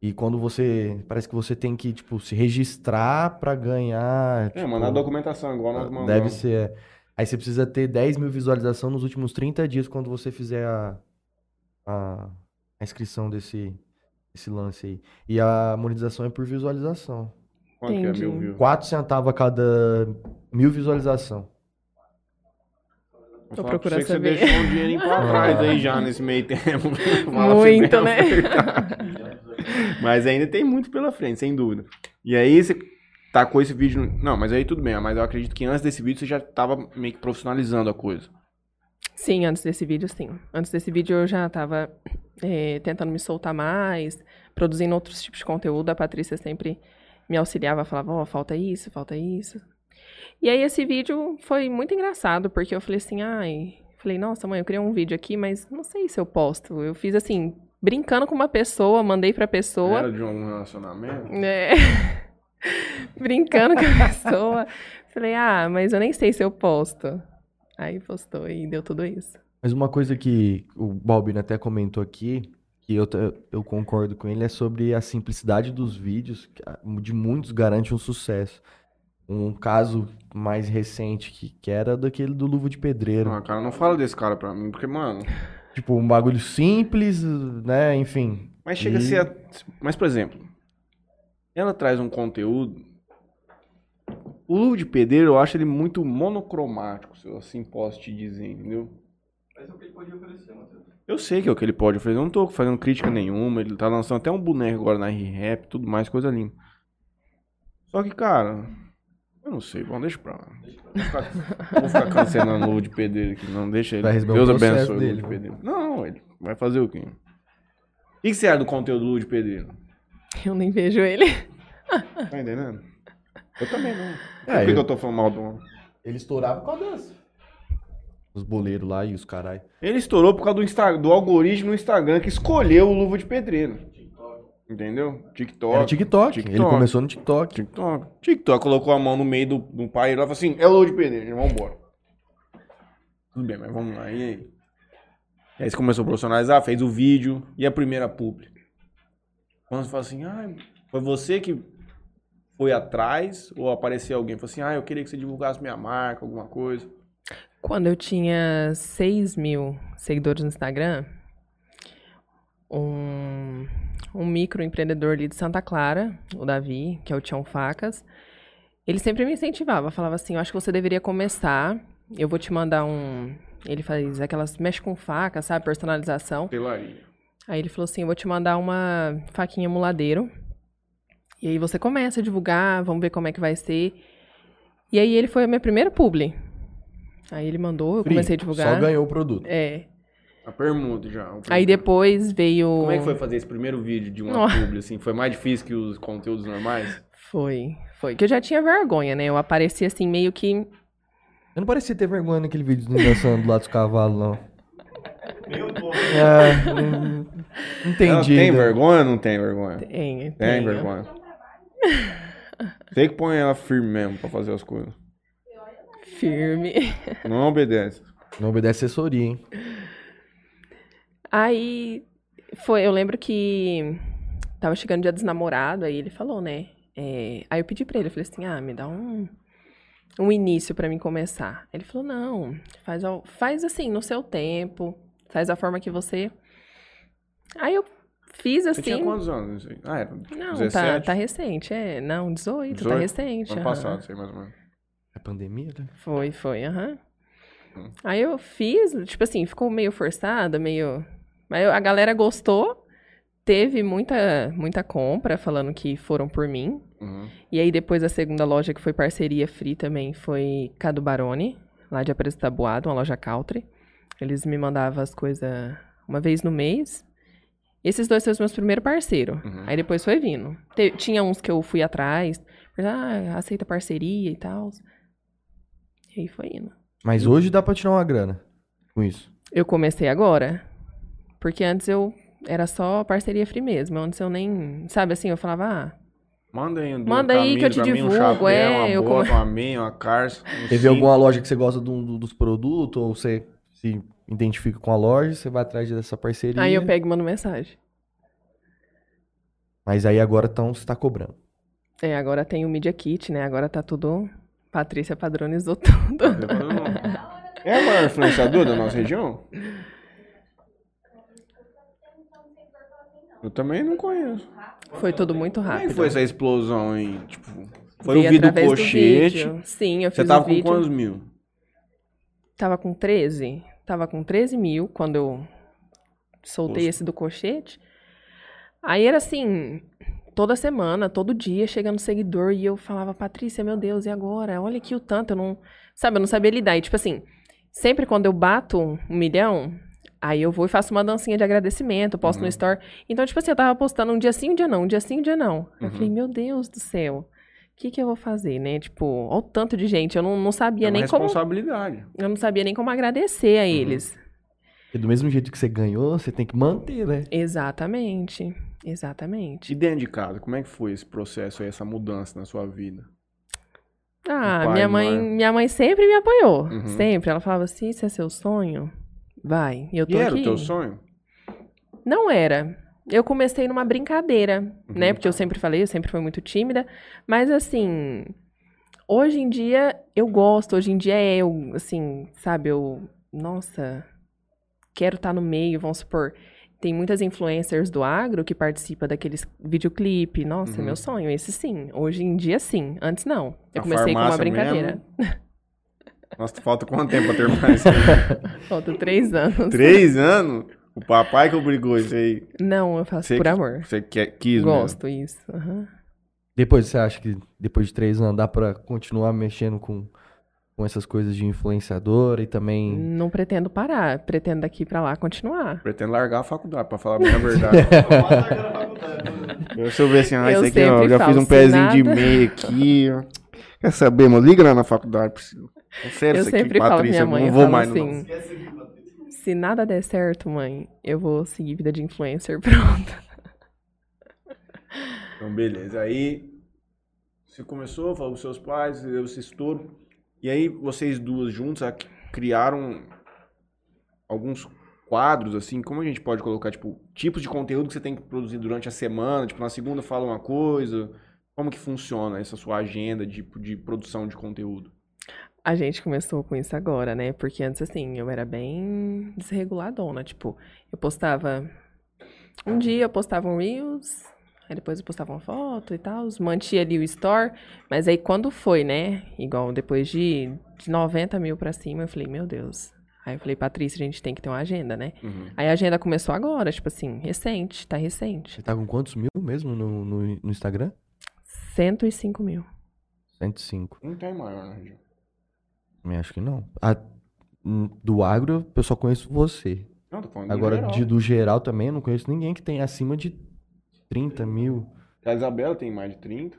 S2: E quando você. Parece que você tem que, tipo, se registrar pra ganhar.
S1: É,
S2: tipo,
S1: mandar documentação, igual nós mandamos.
S2: Deve ser. é. Aí você precisa ter 10 mil visualizações nos últimos 30 dias quando você fizer a, a, a inscrição desse, desse lance aí. E a monetização é por visualização.
S1: Quanto que é
S3: Entendi.
S1: mil views?
S2: 4 centavos a cada mil visualização.
S1: Vou falar pra
S3: procurando
S1: você que
S3: saber.
S1: Você deixou um dinheirinho pra
S2: Ah.
S1: trás aí já nesse meio tempo. Fala assim
S3: muito,
S1: bem a
S3: né?
S1: Mas ainda tem muito pela frente, sem dúvida. E aí você tacou esse vídeo. no- Não, mas aí tudo bem. Mas eu acredito que antes desse vídeo você já tava meio que profissionalizando a coisa.
S3: Sim, antes desse vídeo, sim. Antes desse vídeo eu já tava é, tentando me soltar mais, produzindo outros tipos de conteúdo. A Patrícia sempre me auxiliava, falava, ó, falta isso, falta isso. E aí esse vídeo foi muito engraçado, porque eu falei assim, ai, falei, nossa, mãe, eu criei um vídeo aqui, mas não sei se eu posto. Eu fiz assim, brincando com uma pessoa, mandei pra pessoa.
S1: Era de algum relacionamento?
S3: né? Brincando com a pessoa. Falei, ah, mas eu nem sei se eu posto. Aí postou e deu tudo isso.
S2: Mas uma coisa que o Balbino até comentou aqui, que eu, ta- eu concordo com ele, é sobre a simplicidade dos vídeos, que a- de muitos garante um sucesso. Um caso mais recente que, que era daquele do Luva de Pedreiro.
S1: Não, cara, não fala desse cara pra mim, porque, mano.
S2: Tipo, um bagulho simples, né? Enfim.
S1: Mas chega a ser. a- Mas, por exemplo, ela traz um conteúdo. O Luvo de Pedreiro, eu acho ele muito monocromático, se eu assim posso te dizer, entendeu? Mas é o que ele pode oferecer, Eu sei que é o que ele pode oferecer, eu não tô fazendo crítica nenhuma, ele tá lançando até um boneco agora na R-Rap, tudo mais, coisa linda. Só que, cara, eu não sei, bom, deixa pra lá. Vou ficar, vou ficar cancelando o Luvo de Pedreiro aqui, não, deixa ele.
S2: Vai receber um
S1: Deus
S2: processo
S1: abençoe o Luvo
S2: dele,
S1: de
S2: né?
S1: Pedreiro. Não, ele vai fazer o quê? E que você acha do conteúdo Lúdio Pedreiro?
S3: Eu nem vejo ele.
S1: Tá entendendo? Eu também não.
S2: É,
S1: Por que,
S2: eu-
S1: que eu tô falando mal do homem?
S2: Ele estourava com a dança. Os boleiros lá e os carai.
S1: Ele estourou por causa do, Insta- do algoritmo no Instagram que escolheu o Luva de Pedreiro. Entendeu? TikTok.
S2: Era TikTok. Ele
S1: TikTok.
S2: começou no TikTok.
S1: TikTok. TikTok colocou a mão no meio do, do pai e lá falou assim: é Luva de Pedreiro, vamos embora. Tudo bem, mas vamos lá. E aí? E aí você começou a profissionalizar, fez o vídeo e a primeira publi. Quando você fala assim: ah, foi você que foi atrás ou apareceu alguém? Falou assim: ah, eu queria que você divulgasse minha marca, alguma coisa.
S3: Quando eu tinha 6 mil seguidores no Instagram, um, um microempreendedor ali de Santa Clara, o Davi, que é o Tião Facas, ele sempre me incentivava, falava assim, eu acho que você deveria começar, eu vou te mandar um... Ele faz aquelas, mexe com faca, sabe, personalização.
S1: Pelaria.
S3: Aí ele falou assim: eu vou te mandar uma faquinha muladeiro. E aí você começa a divulgar, vamos ver como é que vai ser. E aí ele foi a minha primeira publi. Aí ele mandou, eu comecei a divulgar.
S2: Só ganhou o produto.
S3: É.
S1: A permuta já. a
S3: Aí
S1: permuta.
S3: depois veio.
S1: Como é que foi fazer esse primeiro vídeo de uma
S3: Nossa.
S1: publi, assim? Foi mais difícil que os conteúdos normais?
S3: Foi, foi. Que eu já tinha vergonha, né? Eu apareci assim, meio que.
S2: Eu não parecia ter vergonha naquele vídeo do dançando lá dos cavalos, não.
S5: Meu Deus.
S2: É, não, não
S1: Ela
S2: entendi.
S1: tem
S2: ainda.
S1: vergonha ou não tem vergonha? Tem,
S3: Tem, né?
S1: vergonha. Tem que pôr ela firme mesmo pra fazer as coisas.
S3: Firme.
S1: Não é obedece.
S2: Não obedece assessoria, hein?
S3: Aí foi, eu lembro que tava chegando o dia dos namorados, aí ele falou, né? é, aí eu pedi pra ele, eu falei assim, ah, me dá um, um início pra mim começar. Ele falou, não, faz, ao- faz assim, no seu tempo, faz da forma que você. Aí eu fiz
S1: Você tinha
S3: assim.
S1: quantos anos? Ah, era.
S3: Não, tá,
S1: 17?
S3: tá recente, é. Não, 18, tá
S1: 18?
S3: recente.
S1: Ano
S3: aham.
S1: passado, sei mais ou menos.
S2: É pandemia, né?
S3: Foi, foi, aham.
S1: Hum.
S3: Aí eu fiz, tipo assim, ficou meio forçada, meio. Mas eu- a galera gostou, teve muita, muita compra falando que foram por mim.
S1: Uhum.
S3: E aí depois a segunda loja que foi parceria free também foi Cadu Baroni, lá de Aparecido Tabuado, uma loja country. Eles me mandavam as coisas uma vez no mês. Esses dois foram os meus primeiros parceiros.
S1: Uhum.
S3: Aí depois foi vindo. Te- tinha uns que eu fui atrás, ah, aceita parceria e tal. E aí foi indo.
S2: Mas hoje dá pra tirar uma grana com isso.
S3: Eu comecei agora, porque antes eu era só parceria free mesmo. Antes eu nem, sabe assim, eu falava, ah,
S1: Manda aí. um
S3: Manda aí que eu te
S1: caminho, um
S3: divulgo,
S1: chapéu,
S3: é,
S1: Uma
S3: eu
S1: bota,
S3: come-
S1: uma meia, uma carça. um
S2: Teve
S1: cinto.
S2: alguma loja que você gosta de um- do- dos produtos ou você se identifica com a loja, você vai atrás dessa parceria.
S3: aí eu pego e mando mensagem.
S2: Mas aí agora então você tá cobrando.
S3: É, agora tem o Media Kit, né? Agora tá tudo. Patrícia padronizou tudo.
S1: É a maior influenciadora da nossa região? Eu também não conheço.
S3: Foi tudo muito
S1: Como é
S3: rápido.
S1: que foi essa explosão em, tipo... Foi
S3: Ah, Foi
S1: o vídeo
S3: através do
S1: cochete.
S3: vídeo. Sim, eu
S1: Você
S3: fiz
S1: tava
S3: o
S1: com
S3: vídeo.
S1: quantos mil?
S3: Tava com 13. Tava com 13 mil quando eu soltei
S1: Poxa.
S3: esse do colchete. Aí era assim, toda semana, todo dia, chegando seguidor, e eu falava, Patrícia, meu Deus, e agora? Olha aqui o tanto, eu não. Sabe, eu não sabia lidar. E tipo assim, sempre quando eu bato um milhão, aí eu vou e faço uma dancinha de agradecimento, eu posto
S1: Uhum.
S3: no store. Então, tipo assim, eu tava postando um dia sim, um dia não, um dia sim, um dia não. Aí Eu
S1: Uhum.
S3: falei, meu Deus do céu. O que, que eu vou fazer, né? Tipo, olha o tanto de gente. Eu não, não sabia
S1: é uma
S3: nem como
S1: responsabilidade.
S3: eu não sabia nem como agradecer
S1: Uhum.
S3: a eles.
S2: Porque do mesmo jeito que você ganhou, você tem que manter, né?
S3: Exatamente. Exatamente.
S1: E dentro de casa, como é que foi esse processo aí, essa mudança na sua vida?
S3: Ah,
S1: pai,
S3: minha mãe,
S1: mãe.
S3: minha mãe sempre me apoiou.
S1: Uhum.
S3: Sempre. Ela falava assim: se é seu sonho, vai. E eu
S1: E
S3: tô
S1: era
S3: aqui.
S1: o teu sonho?
S3: Não era. Eu comecei numa brincadeira,
S1: Uhum.
S3: né? Porque eu sempre falei, eu sempre fui muito tímida. Mas assim, hoje em dia eu gosto, hoje em dia é eu, assim, sabe, eu. Nossa, quero estar no meio, vamos supor. Tem muitas influencers do agro que participam daqueles videoclipe. Nossa,
S1: Uhum.
S3: meu sonho, esse sim. Hoje em dia sim. Antes não. Eu
S1: Na
S3: comecei com uma
S1: farmácia
S3: brincadeira.
S1: mesmo? Nossa, falta quanto tempo pra terminar isso?
S3: Faltam três anos.
S1: Três anos? O papai que obrigou isso aí.
S3: Não, eu faço
S1: Você
S3: por
S1: que-
S3: amor.
S1: Você quer, quis, né? mesmo?
S3: Gosto, isso. aham.
S2: Depois você acha que depois de três anos dá pra continuar mexendo com com essas coisas de influenciadora e também.
S3: Não pretendo parar, pretendo daqui pra lá continuar.
S1: Pretendo largar a faculdade, pra falar bem a verdade. Se eu ver assim, ah,
S3: Eu
S1: isso aqui, ó,
S3: sempre
S1: já fiz
S3: falo,
S1: um
S3: sem
S1: pezinho de
S3: nada.
S1: meia aqui. ó. Quer saber, mano? Liga lá na faculdade, Priscila. É sério,
S3: Eu
S1: isso aqui,
S3: sempre falo pra
S1: Patrícia,
S3: minha
S1: eu
S3: mãe,
S1: não
S3: eu
S1: vou
S3: falo
S1: mais,
S3: assim,
S1: não.
S3: se nada der certo, mãe, eu vou seguir vida de influencer, pronto.
S1: Então, beleza. Aí, você começou, falou com seus pais, você deu esse estouro. E aí, vocês duas juntas ah, criaram alguns quadros, assim, como a gente pode colocar, tipo, tipos de conteúdo que você tem que produzir durante a semana? Tipo, na segunda fala uma coisa. Como que funciona essa sua agenda de, de produção de conteúdo?
S3: A gente começou com isso agora, né? Porque antes, assim, eu era bem desreguladona. Tipo, eu postava. Um dia eu postava um Reels, aí depois eu postava uma foto e tal, mantia ali o Store. Mas aí quando foi, né? Igual depois de, de 90 mil pra cima, eu falei, meu Deus. Aí eu falei, Patrícia, a gente tem que ter uma agenda, né?
S2: Uhum.
S3: Aí a agenda começou agora, tipo assim, recente, tá recente.
S2: Você tá com quantos mil mesmo no, no, no Instagram?
S3: 105 mil.
S2: 105.
S1: Não tem maior, né, Gil?
S2: Também acho que não. A- hum, do agro, eu só conheço você.
S1: Não, tô falando
S2: Agora,
S1: no
S2: de,
S1: geral.
S2: do geral também, eu não conheço ninguém que tem acima de 30 mil.
S1: A Isabela tem mais de 30.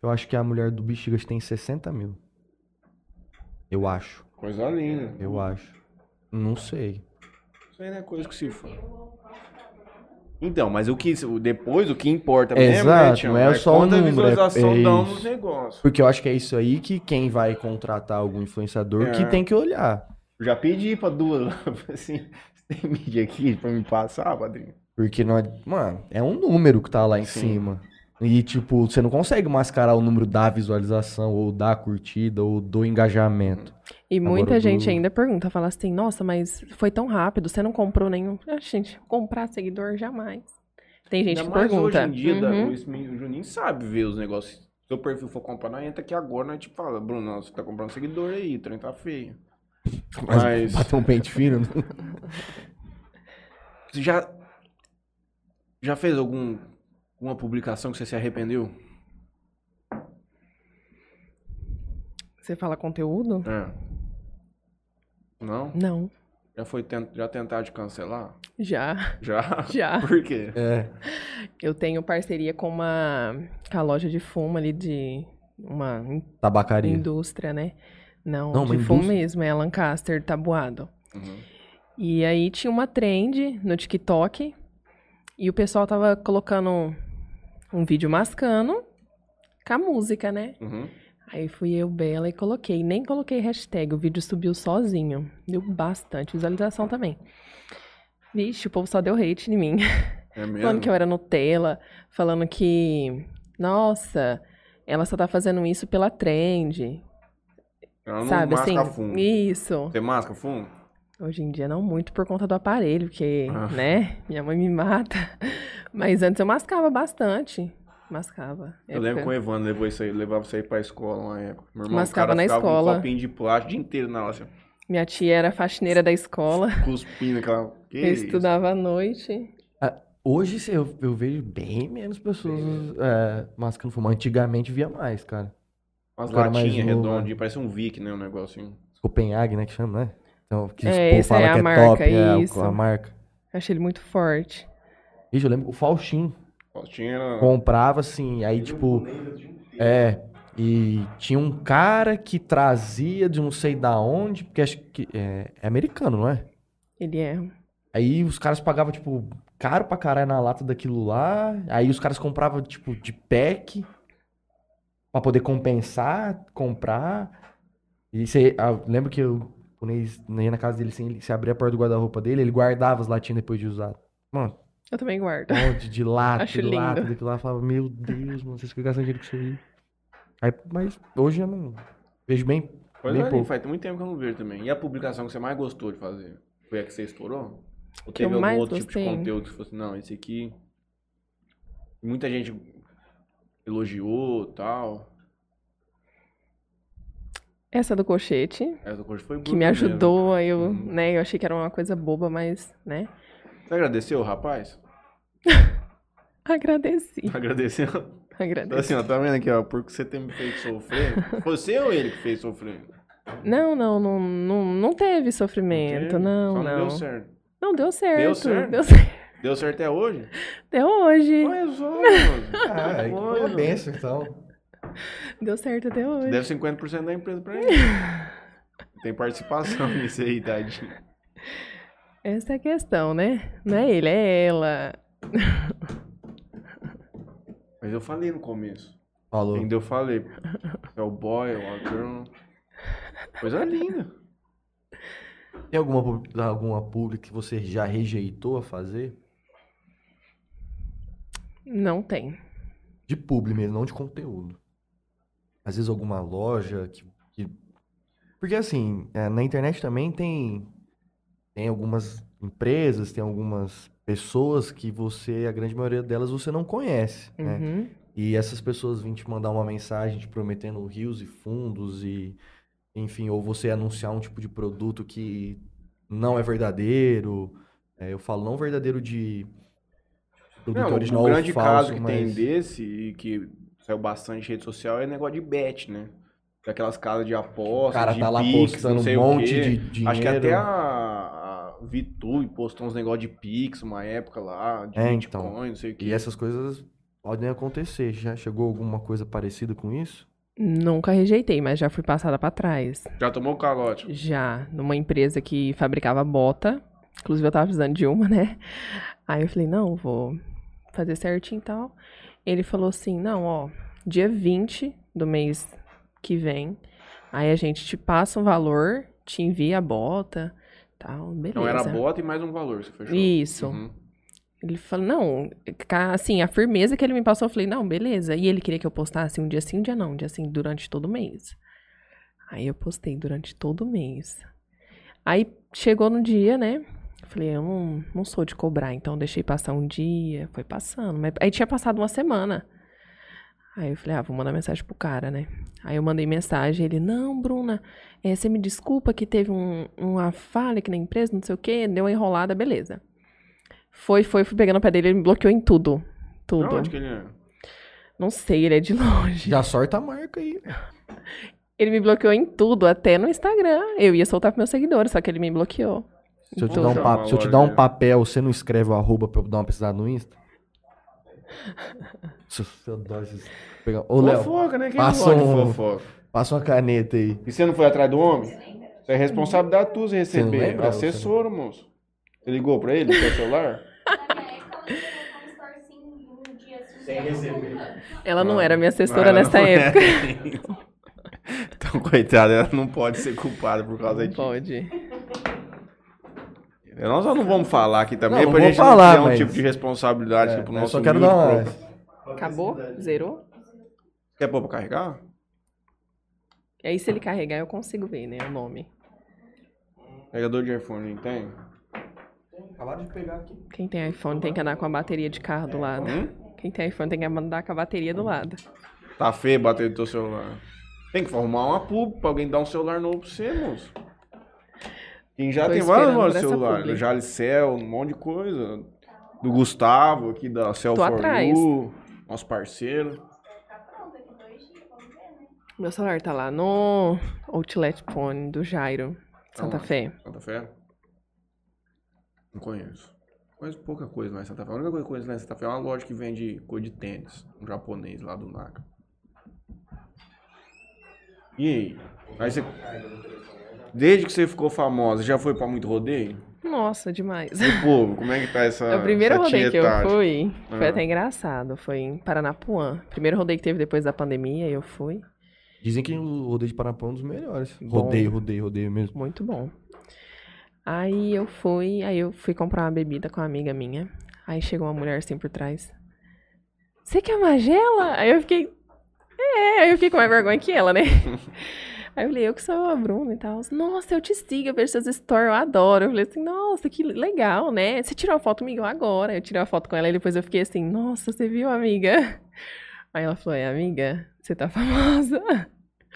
S2: Eu acho que a mulher do Bexigas tem 60 mil. Eu acho.
S1: Coisa linda.
S2: Eu acho. Não sei.
S1: Isso aí não é coisa que se fala. Então, mas o que depois o que importa
S2: É,
S1: mesmo, né,
S2: exato,
S1: Tião?
S2: não é só o
S1: quanta
S2: número,
S1: visualização um
S2: é- é
S1: dão nos
S2: isso.
S1: negócios.
S2: Porque eu acho que é isso aí que quem vai contratar algum influenciador
S1: É.
S2: que tem que olhar.
S1: Eu já pedi pra duas, assim, você tem mídia aqui pra me passar, padrinho?
S2: Porque não é. Mano, é um número que tá lá em
S1: Sim.
S2: cima. E, tipo, você não consegue mascarar o número da visualização, ou da curtida, ou do engajamento.
S3: E
S2: Agora,
S3: muita
S2: do-
S3: gente ainda pergunta, fala assim, nossa, mas foi tão rápido, você não comprou nenhum. Ah, gente, comprar seguidor jamais. Tem gente
S1: Ainda
S3: que
S1: mais
S3: pergunta.
S1: hoje em dia, da-
S3: "Uhum,
S1: o Smith- o Juninho sabe ver os negócios. Se o perfil for comprar, nós entra aqui agora, nós tipo fala, Bruno, você tá comprando seguidor aí, o trem tá feio. Mas-
S2: Bater um pente fino.
S1: Você já, já fez algum, alguma publicação que você se arrependeu?
S3: Você fala conteúdo?
S1: É. Não?
S3: Não.
S1: Já foi tent- já tentar de cancelar?
S3: Já,
S1: Já?
S3: já.
S1: Por quê?
S2: É.
S3: Eu tenho parceria com uma com a loja de fumo ali de uma in-
S2: Tabacaria.
S3: indústria, né? Não,
S2: Não,
S3: de
S2: uma
S3: fumo
S2: indústria?
S3: mesmo, é a Lancaster Tabuado.
S1: Uhum.
S3: E aí tinha uma trend no TikTok e o pessoal tava colocando um vídeo mascando com a música, né?
S1: Uhum.
S3: Aí fui eu, Bela, e coloquei. Nem coloquei hashtag, o vídeo subiu sozinho. Deu bastante visualização também. Vixe, o povo só deu hate em mim.
S1: É mesmo?
S3: Falando que eu era Nutella, falando que, nossa, ela só tá fazendo isso pela trend,
S1: Ela não
S3: sabe? Assim,
S1: masca fumo.
S3: isso.
S1: Você masca fumo?
S3: Hoje em dia não muito por conta do aparelho, porque,
S1: Ah.
S3: né, minha mãe me mata. Mas antes eu mascava bastante. Mascava.
S1: Eu lembro que
S3: Época-
S1: o Evandro levou isso aí, levava isso aí pra escola uma época. Meu irmão,
S3: Mascava
S1: o cara
S3: na
S1: ficava com
S3: escola.
S1: um copinho de plástico o dia inteiro na aula, assim,
S3: Minha tia era faxineira da escola,
S1: cuspindo aquela... Que
S3: eu
S1: isso?
S3: estudava à noite.
S2: Hoje se eu, eu vejo bem menos pessoas é, mascando fumo. Antigamente via mais, cara.
S1: Umas
S2: Cara mais
S1: latinhas
S2: novo,
S1: redondinhas, parece um Vic, né, um negocinho.
S2: Copenhague, né? Que chama, né? Então, que
S3: É,
S2: o povo
S3: essa
S2: fala
S3: é a
S2: que é
S3: marca,
S2: top, é o-
S3: isso.
S2: a marca.
S3: Achei ele muito forte.
S2: Ixi, eu lembro que o Faustinho
S1: Tinha... era-
S2: comprava, assim, aí, tipo, é. E tinha um cara que trazia de não sei da onde, porque acho que é, é americano, não é?
S3: Ele é.
S2: Aí os caras pagavam, tipo, caro pra caralho na lata daquilo lá. Aí os caras compravam, tipo, de pack pra poder compensar, comprar. E você, ah, eu lembro que eu, quando eu ia na casa dele, assim, ele- você abria a porta do guarda-roupa dele, ele guardava as latinhas depois de usado. Mano,
S3: Eu também guardo.
S2: um monte de lata,
S3: Acho
S2: de lata,
S3: lindo.
S2: daquilo lá. Eu falava, meu Deus, mano, vocês ficam gastando dinheiro com isso aí. aí. Mas hoje eu não vejo bem.
S1: Pois
S2: bem
S1: é,
S2: pouco.
S1: faz muito tempo que eu não vejo também. E a publicação que você mais gostou de fazer? Foi a que você estourou? Ou
S3: Que eu
S1: teve algum
S3: mais
S1: outro tipo de
S3: gostei?
S1: conteúdo que você falou assim, não, esse aqui... Muita gente elogiou e tal.
S3: Essa do colchete,
S1: Essa coisa foi né?
S3: que
S1: bruta
S3: me
S1: mesmo.
S3: ajudou, aí eu,
S1: Uhum.
S3: né, eu achei que era uma coisa boba, mas, né,
S1: Você agradeceu, rapaz?
S3: agradeci.
S1: Agradeceu? Tá
S3: Agradeço.
S1: assim, ó, tá vendo aqui, ó? Porque você tem me feito sofrer. Você ou ele que fez sofrer?
S3: Não, não, não, não, não teve sofrimento. então Não,
S1: Só
S3: não.
S1: não deu certo.
S3: Não, deu certo.
S1: Deu certo?
S3: Deu certo.
S1: Deu certo até hoje?
S3: Até hoje.
S1: Mas, ô, mano.
S2: Ah, que
S1: Olha.
S2: boa bênção, então.
S3: Deu certo até hoje.
S1: Deve 50% da empresa pra ele. Tem participação nisso aí, tadinho.
S3: Essa é a questão, né? Não é ele, é ela.
S1: Mas eu falei no começo.
S2: Falou.
S1: Ainda eu falei. É o boy, é o girl. Coisa linda.
S2: Tem alguma, pub- alguma pública que você já rejeitou a fazer?
S3: Não tem.
S2: De publi mesmo, não de conteúdo. Às vezes alguma loja que. que- Porque assim, é, na internet também tem, tem algumas empresas, tem algumas pessoas que você, a grande maioria delas, você não conhece, né?
S3: Uhum.
S2: E essas pessoas vêm te mandar uma mensagem te prometendo rios e fundos e, enfim, ou você anunciar um tipo de produto que não é verdadeiro. É, eu falo não verdadeiro de produto
S1: Não,
S2: original
S1: o grande
S2: ou falso,
S1: caso que
S2: mas...
S1: tem desse e que saiu bastante em rede social é negócio de bet, né? Daquelas casas de
S2: O
S1: aposta,
S2: cara
S1: de
S2: tá lá
S1: Pix,
S2: postando
S1: não sei
S2: um
S1: o
S2: monte
S1: quê.
S2: de dinheiro.
S1: Acho que até a, a Vitube postou uns negócios de Pix uma época lá, de
S2: É,
S1: Bitcoin,
S2: então.
S1: não sei o
S2: E
S1: quê.
S2: essas coisas podem acontecer. Já chegou alguma coisa parecida com isso?
S3: Nunca rejeitei, mas já fui passada pra trás.
S1: Já tomou calote.
S3: Já, numa empresa que fabricava bota. Inclusive, eu tava precisando de uma, né? Aí eu falei, não, vou fazer certinho e tal. Ele falou assim, não, ó, dia 20 do mês que vem, aí a gente te passa um valor, te envia a bota, tal, beleza.
S1: Então era bota e mais um valor, você fechou.
S3: Isso.
S1: Uhum.
S3: Ele falou, não, ca- assim, a firmeza que ele me passou, eu falei, não, beleza. E ele queria que eu postasse um dia sim, um dia não, um dia sim, durante todo o mês. Aí eu postei durante todo o mês. Aí chegou no dia, né? eu Falei, eu não, não sou de cobrar, então eu deixei passar um dia, foi passando. Mas aí tinha passado uma semana. Aí eu falei, ah, vou mandar mensagem pro cara, né? Aí eu mandei mensagem, ele, não, Bruna, eh, você me desculpa que teve um- uma falha aqui na empresa, não sei o quê, deu uma enrolada, beleza. Foi, foi, fui pegando o pé dele, ele me bloqueou em tudo. Tudo.
S1: Pra onde que ele é?
S3: Não sei, ele é de longe.
S2: Já sorta a marca aí.
S3: Ele me bloqueou em tudo, até no Instagram. Eu ia soltar pros meus seguidores, só que ele me bloqueou.
S2: Se eu te,
S3: Então,
S2: dar um,
S1: chama
S2: pa- se eu te
S1: agora,
S2: dar um
S1: né?
S2: papel, você não escreve o arroba pra eu dar uma pesquisada no Insta? Se eu- se eu dar esses- pegar- Ô, Léo,
S1: Fofoca, né? Quem
S2: passa
S1: não gosta de
S2: um-
S1: fofoca?
S2: passa uma caneta aí.
S1: E você não foi atrás do homem? Isso é responsabilidade tua você
S2: Você não
S1: receber.
S2: lembra,
S1: Assessor, moço. Você ligou pra ele, seu celular?
S4: É, então, assim, um né?
S5: Sem receber.
S3: Ela não era minha assessora
S1: Ela não
S3: nessa
S1: é.
S3: época.
S1: Então, coitada, ela não pode ser culpada por causa
S3: Não
S1: disso.
S3: pode.
S1: Nós só não vamos falar aqui também, pra
S2: Não, não vou
S1: gente
S2: falar,
S1: não criar um
S2: mas-
S1: tipo de responsabilidade aqui pro
S2: eu
S1: nosso
S2: só quero dar
S1: humilde
S2: uma.
S1: próprio.
S3: Acabou? Zerou?
S1: Quer pôr pra carregar?
S3: E aí, se ele carregar, eu consigo ver, né? O nome.
S1: Carregador de iPhone, não tem?
S2: Acabaram de pegar aqui.
S3: Quem tem iPhone tem que andar com a bateria de carro do lado.
S1: Hum?
S3: Quem tem iPhone tem que andar com a bateria do lado.
S1: Tá feio a bateria do teu celular. Tem que arrumar uma pub pra alguém dar um celular novo pra você, moço. Quem já
S3: Tô
S1: tem vários
S3: esperando
S1: novos
S3: por essa
S1: celulares.
S3: publi.
S1: Do né? Jalicel, um monte de coisa. Do Gustavo, aqui da Cell
S3: Tô
S1: for
S3: atrás.
S1: You, nosso parceiro.
S4: né?
S3: Meu celular tá lá no Outlet Phone do Jairo, Santa
S1: Aonde?
S3: Fé.
S1: Santa Fé? Não conheço. Conheço pouca coisa lá em Santa Fé. A única coisa que eu conheço lá em Santa Fé é uma loja que vende coisa de tênis. Um japonês lá do Naga. E aí? Aí você- Desde que você ficou famosa, já foi pra muito rodeio?
S3: Nossa, demais.
S1: O povo, como é que tá essa.
S3: É o primeiro
S1: essa
S3: rodeio que eu
S1: tietagem?
S3: fui foi
S1: Ah.
S3: até engraçado. Foi em Paranapuã. Primeiro rodeio que teve depois da pandemia, eu fui.
S2: Dizem que o rodeio de Parapão é um dos melhores.
S3: Bom.
S1: né?
S2: Rodeio, rodeio, rodeio mesmo.
S3: Muito bom. Aí eu fui, aí eu fui comprar uma bebida com uma amiga minha. Aí chegou uma mulher assim por trás. Você quer magela? Aí eu fiquei. É, aí eu fiquei com mais vergonha que ela, né? Aí eu falei, eu que sou a Bruna e tal. Nossa, eu te sigo, eu vejo seus stories, eu adoro. Eu falei assim, nossa, que legal, né? Você tirou uma foto comigo agora. Eu tirei uma foto com ela e depois eu fiquei assim, nossa, você viu, amiga? Aí ela falou, é, amiga, você tá famosa.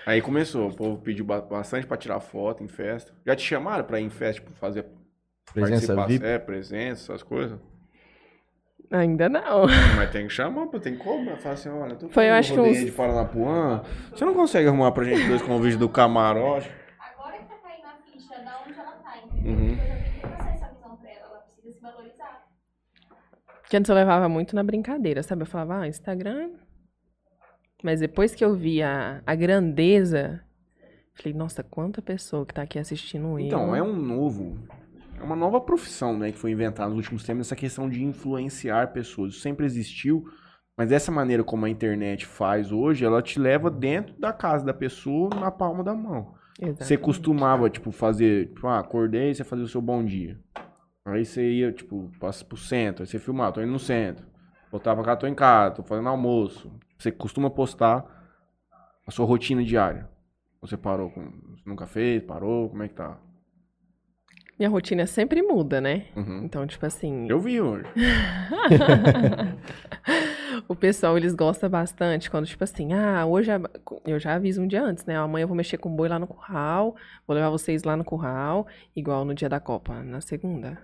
S1: Aí começou, o povo pediu ba- bastante pra tirar foto em festa. Já te chamaram pra ir em festa, tipo, fazer
S2: Presença
S1: participação,
S2: VIP.
S1: É, presença, essas coisas?
S3: Ainda não.
S1: Mas tem que chamar, pô, tem que cobrar. Fala assim, olha, tô
S3: Foi, eu
S1: fazendo
S3: acho que
S1: rodeio
S3: uns-
S1: de Paranapuã. Você não consegue arrumar pra gente dois convites do camarote?
S5: Agora que tá caindo a ficha da onde ela tá, entendeu?
S1: Uhum.
S5: Porque Eu já tentei passar essa visão pra ela, ela precisa se valorizar.
S3: Que antes eu levava muito na brincadeira, sabe? Eu falava, ah, Instagram. Mas depois que eu vi a, a grandeza, falei, nossa, quanta pessoa que tá aqui assistindo eu.
S1: Então, é um novo. É uma nova profissão, né, que foi inventada nos últimos tempos, essa questão de influenciar pessoas. Isso sempre existiu, mas dessa maneira como a internet faz hoje, ela te leva dentro da casa da pessoa na palma da mão.
S3: Exato.
S1: Você costumava, tipo, fazer, tipo, ah, acordei, você fazia o seu bom dia. Aí você ia, tipo, passa pro centro, aí você filmava, tô indo no centro. Voltava pra cá, tô em casa, tô fazendo almoço. Você costuma postar a sua rotina diária. Você parou com. Você nunca fez? Parou? Como é que tá?
S3: Minha rotina sempre muda, né?
S1: Uhum.
S3: Então, tipo assim.
S1: Eu vi hoje.
S3: o pessoal, eles gostam bastante quando, tipo assim, ah, hoje a- eu já aviso um dia antes, né? Amanhã eu vou mexer com boi lá no curral, vou levar vocês lá no curral, igual no dia da Copa, na segunda.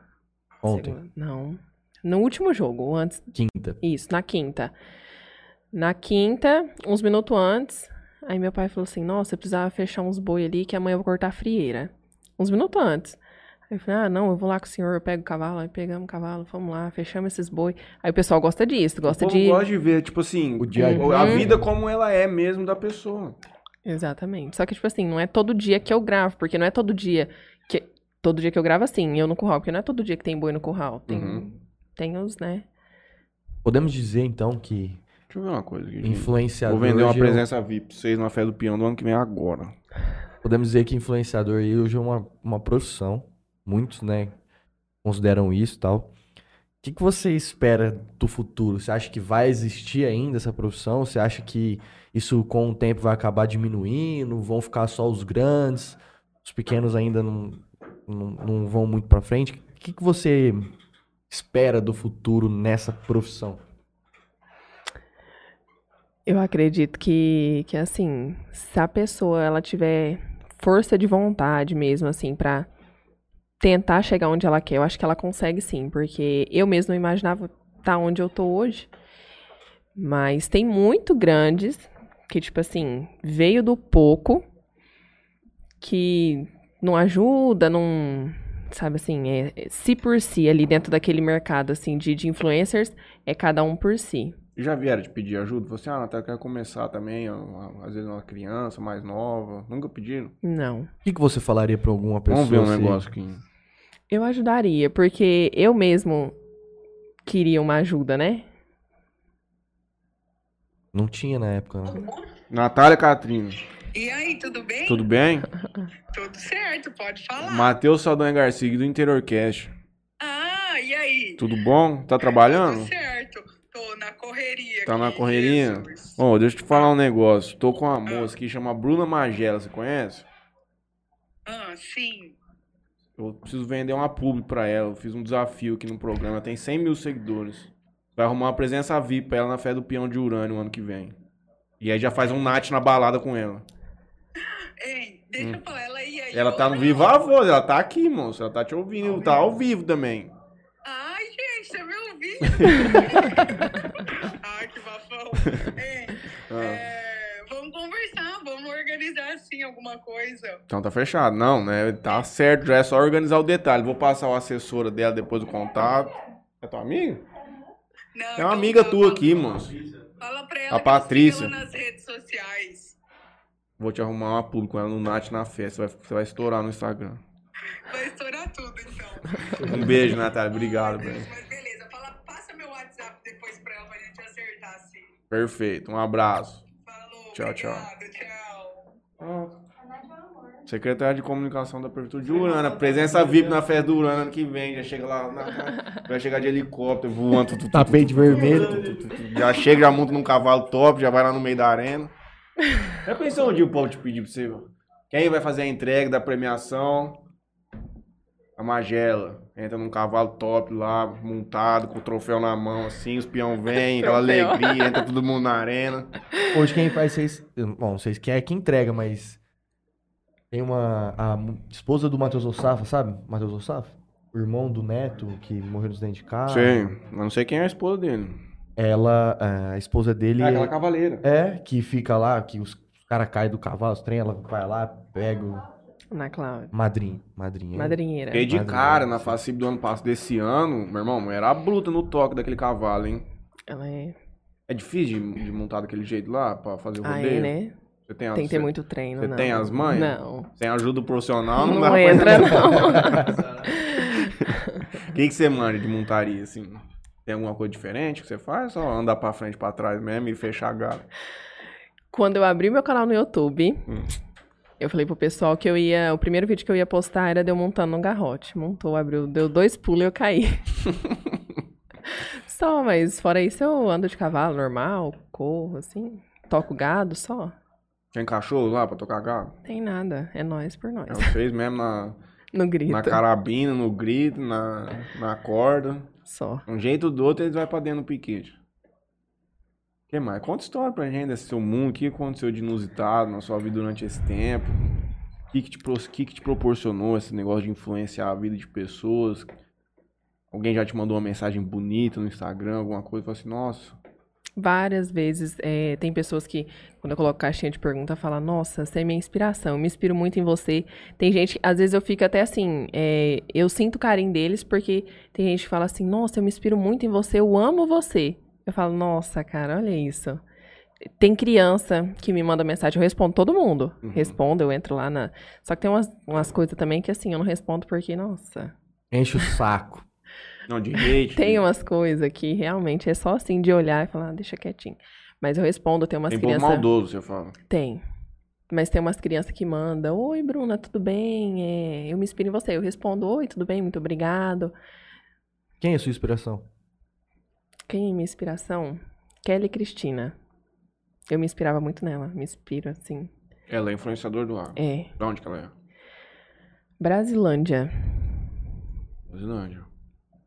S2: Ontem,
S3: Segunda- Não. No último jogo, antes
S2: quinta.
S3: Isso, na quinta. Na quinta, uns minutos antes, aí meu pai falou assim: Nossa, eu precisava fechar uns boi ali que amanhã eu vou cortar a frieira. Uns minutos antes. Aí eu falei: Ah, não, eu vou lá com o senhor, eu pego o cavalo. Aí pegamos o cavalo, vamos lá, fechamos esses boi. Aí o pessoal gosta disso, gosta
S1: o povo
S3: de.
S1: gosta de ver, tipo assim,
S2: O dia a
S1: o- a
S2: dia.
S1: vida como ela é mesmo da pessoa.
S3: Exatamente. Só que, tipo assim, não é todo dia que eu gravo, porque não é todo dia que. Todo dia que eu gravo assim, eu no curral, porque não é todo dia que tem boi no curral. Tem,
S1: Uhum.
S3: tem os, né?
S2: Podemos dizer, então, que
S1: Deixa eu ver uma coisa aqui. gente.
S2: influenciador...
S1: Vou vender uma
S2: hoje é o-
S1: presença VIP pra vocês na festa do peão do ano que vem agora.
S2: Podemos dizer que influenciador aí hoje é uma, uma profissão. Muitos, né, consideram isso e tal. O que, que você espera do futuro? Você acha que vai existir ainda essa profissão? Você acha que isso com o tempo vai acabar diminuindo? Vão ficar só os grandes? Os pequenos ainda não, não, não vão muito pra frente? O que, que você espera do futuro nessa profissão?
S3: Eu acredito que, que assim, se a pessoa ela tiver força de vontade mesmo, assim, pra tentar chegar onde ela quer, eu acho que ela consegue sim, porque eu mesmo não imaginava estar onde eu tô hoje. Mas tem muito grandes que, tipo assim, veio do pouco, que não ajuda, não. Sabe assim, é, é si por si, ali dentro daquele mercado, assim, de, de influencers, é cada um por si.
S1: Já vieram te pedir ajuda? Você, ah, Natália, eu quero começar também, ó, às vezes uma criança mais nova. Nunca pediram?
S3: Não.
S2: O que, que você falaria pra alguma pessoa?
S1: Vamos ver um
S2: se-
S1: negócio aqui.
S3: Eu ajudaria, porque eu mesmo queria uma ajuda, né?
S2: Não tinha na época, né?
S1: Natália Catrina,
S6: E aí, tudo bem?
S1: tudo bem?
S6: Tudo certo, pode falar.
S1: Matheus Saldanha Garcia, do Interiorcast.
S6: Ah, e aí?
S1: Tudo bom? Tá
S6: Tudo
S1: trabalhando?
S6: certo. Tô na correria.
S1: Tá
S6: aqui,
S1: na correria?
S6: Jesus.
S1: Ô, deixa eu te falar um negócio. Tô com uma moça que chama Bruna Magela, você conhece?
S6: Ah, sim.
S1: Eu preciso vender uma publi pra ela. Eu fiz um desafio aqui no programa. Ela tem 100 mil seguidores. Vai arrumar uma presença VIP pra ela na fé do peão de urânio ano que vem. E aí já faz um Nat na balada com ela.
S6: Ei, deixa eu falar. Ela, e aí?
S1: Hum. Ela tá no Viva a Voz, ela tá aqui, moço. Ela tá te ouvindo, tá ao vivo também.
S6: Ai, gente, você me ouvindo? Ai, que bafão. Ei,
S1: Ah,
S6: é, vamos conversar, vamos organizar, assim, alguma coisa.
S1: Então tá fechado. Não, né? Tá certo, já é só organizar o detalhe. Vou passar o assessora dela depois do contato. É tua amiga?
S6: Não,
S1: É
S6: então
S1: uma amiga
S6: tá,
S1: tua
S6: fala-
S1: aqui, moço.
S6: Fala pra
S1: A
S6: ela que eu sigo
S1: Patrícia.
S6: ela nas redes sociais.
S1: Vou te arrumar uma publi com ela no Nat na festa. Você vai, você vai estourar no Instagram.
S6: Vai estourar tudo, então.
S1: Um beijo, Natália. Obrigado, velho.
S6: Mas beleza, fala, passa meu WhatsApp depois pra ela pra gente acertar, assim.
S1: Perfeito. Um abraço.
S6: Falou,
S1: Tchau, tchau.
S6: obrigado, tchau.
S4: Tá
S1: Secretário de Comunicação da Prefeitura de Urana. Presença VIP na festa do Urana ano que vem. Já chega lá. na- vai chegar de helicóptero voando. Tu, tu,
S2: Tapete vermelho.
S1: tu, tu, tu, tu. já chega, já monta num cavalo top, já vai lá no meio da arena. Já pensou onde o povo te pedir pra você? mano? Quem vai fazer a entrega da premiação? A Magela. Entra num cavalo top lá, montado, com o troféu na mão, assim, os peão vêm, aquela
S3: Troféu.
S1: alegria, entra todo mundo na arena.
S2: Hoje quem faz vocês. Bom, vocês quem é que entrega, mas. Tem uma. A mu- esposa do Matheus Ossafa, sabe? Matheus Ossafa? o irmão do neto que morreu no acidente de carro.
S1: Sim, eu não sei quem é a esposa dele.
S2: Ela, a esposa dele
S1: É aquela cavaleira.
S2: é que fica lá, que os caras caem do cavalo, os trem, ela vai lá, pega o
S3: Ana Cláudia.
S2: madrinho,
S1: Hum.
S2: madrinha.
S3: Madrinheira.
S1: Fiquei de
S2: Mas,
S1: cara
S2: né,
S1: na
S2: sim.
S1: FACIP do ano passado desse ano, meu irmão, era a bruta no toque daquele cavalo, hein?
S3: Ela é.
S1: É difícil de, de montar daquele jeito lá pra fazer o
S3: Ah,
S1: rodeio?
S3: é, né?
S1: Você tem, as-
S3: Tem que
S1: você-
S3: ter muito treino,
S1: você
S3: não.
S1: tem as mães?
S3: Não.
S1: Sem ajuda profissional,
S3: Não,
S1: não, dá pra
S3: entra, não.
S1: O que, que você manja de montaria, assim? Tem alguma coisa diferente que você faz? Só andar pra frente, pra trás mesmo e fechar a galho?
S3: Quando eu abri meu canal no YouTube,
S1: Hum.
S3: eu falei pro pessoal que eu ia. O primeiro vídeo que eu ia postar era de eu montando um garrote. Montou, abriu, deu dois pulos e eu caí. só, mas fora isso, eu ando de cavalo normal, corro, assim. Toco gado só.
S1: Tem cachorro lá pra tocar galho?
S3: Tem nada. É nós por nós.
S1: É vocês mesmo na,
S3: No grito.
S1: na carabina, no grito, na, na corda.
S3: Só.
S1: Um jeito ou do outro, eles vão pra dentro do piquete. O que mais? Conta história pra gente desse seu mundo. O que aconteceu de inusitado na sua vida durante esse tempo? O que que te, pro- o que que te proporcionou esse negócio de influenciar a vida de pessoas? Alguém já te mandou uma mensagem bonita no Instagram, alguma coisa? Fala assim, nossa,
S3: Várias vezes é, tem pessoas que, quando eu coloco caixinha de pergunta, falam, nossa, você é minha inspiração, eu me inspiro muito em você. Tem gente, às vezes eu fico até assim, é, eu sinto carinho deles, porque tem gente que fala assim, nossa, eu me inspiro muito em você, eu amo você. Eu falo, nossa, cara, olha isso. Tem criança que me manda mensagem, eu respondo todo mundo.
S1: Uhum.
S3: Respondo, eu entro lá na. Só que tem umas, umas coisas também que assim, eu não respondo porque, nossa.
S2: Enche o saco.
S1: não, de hate.
S3: Tem umas coisas que realmente é só assim de olhar e falar, ah, deixa quietinho. Mas eu respondo, tem umas
S1: Tem povo
S3: crianças.
S1: maldoso, você fala.
S3: Tem. Mas tem umas crianças que mandam, oi Bruna, tudo bem? É, eu me inspiro em você. Eu respondo, oi, tudo bem, muito obrigado.
S2: Quem é a sua inspiração?
S3: Quem é minha inspiração? Kelly Cristina. Eu me inspirava muito nela, me inspiro assim.
S1: Ela é influenciadora do ar.
S3: É.
S1: De onde que ela é?
S3: Brasilândia.
S1: Brasilândia.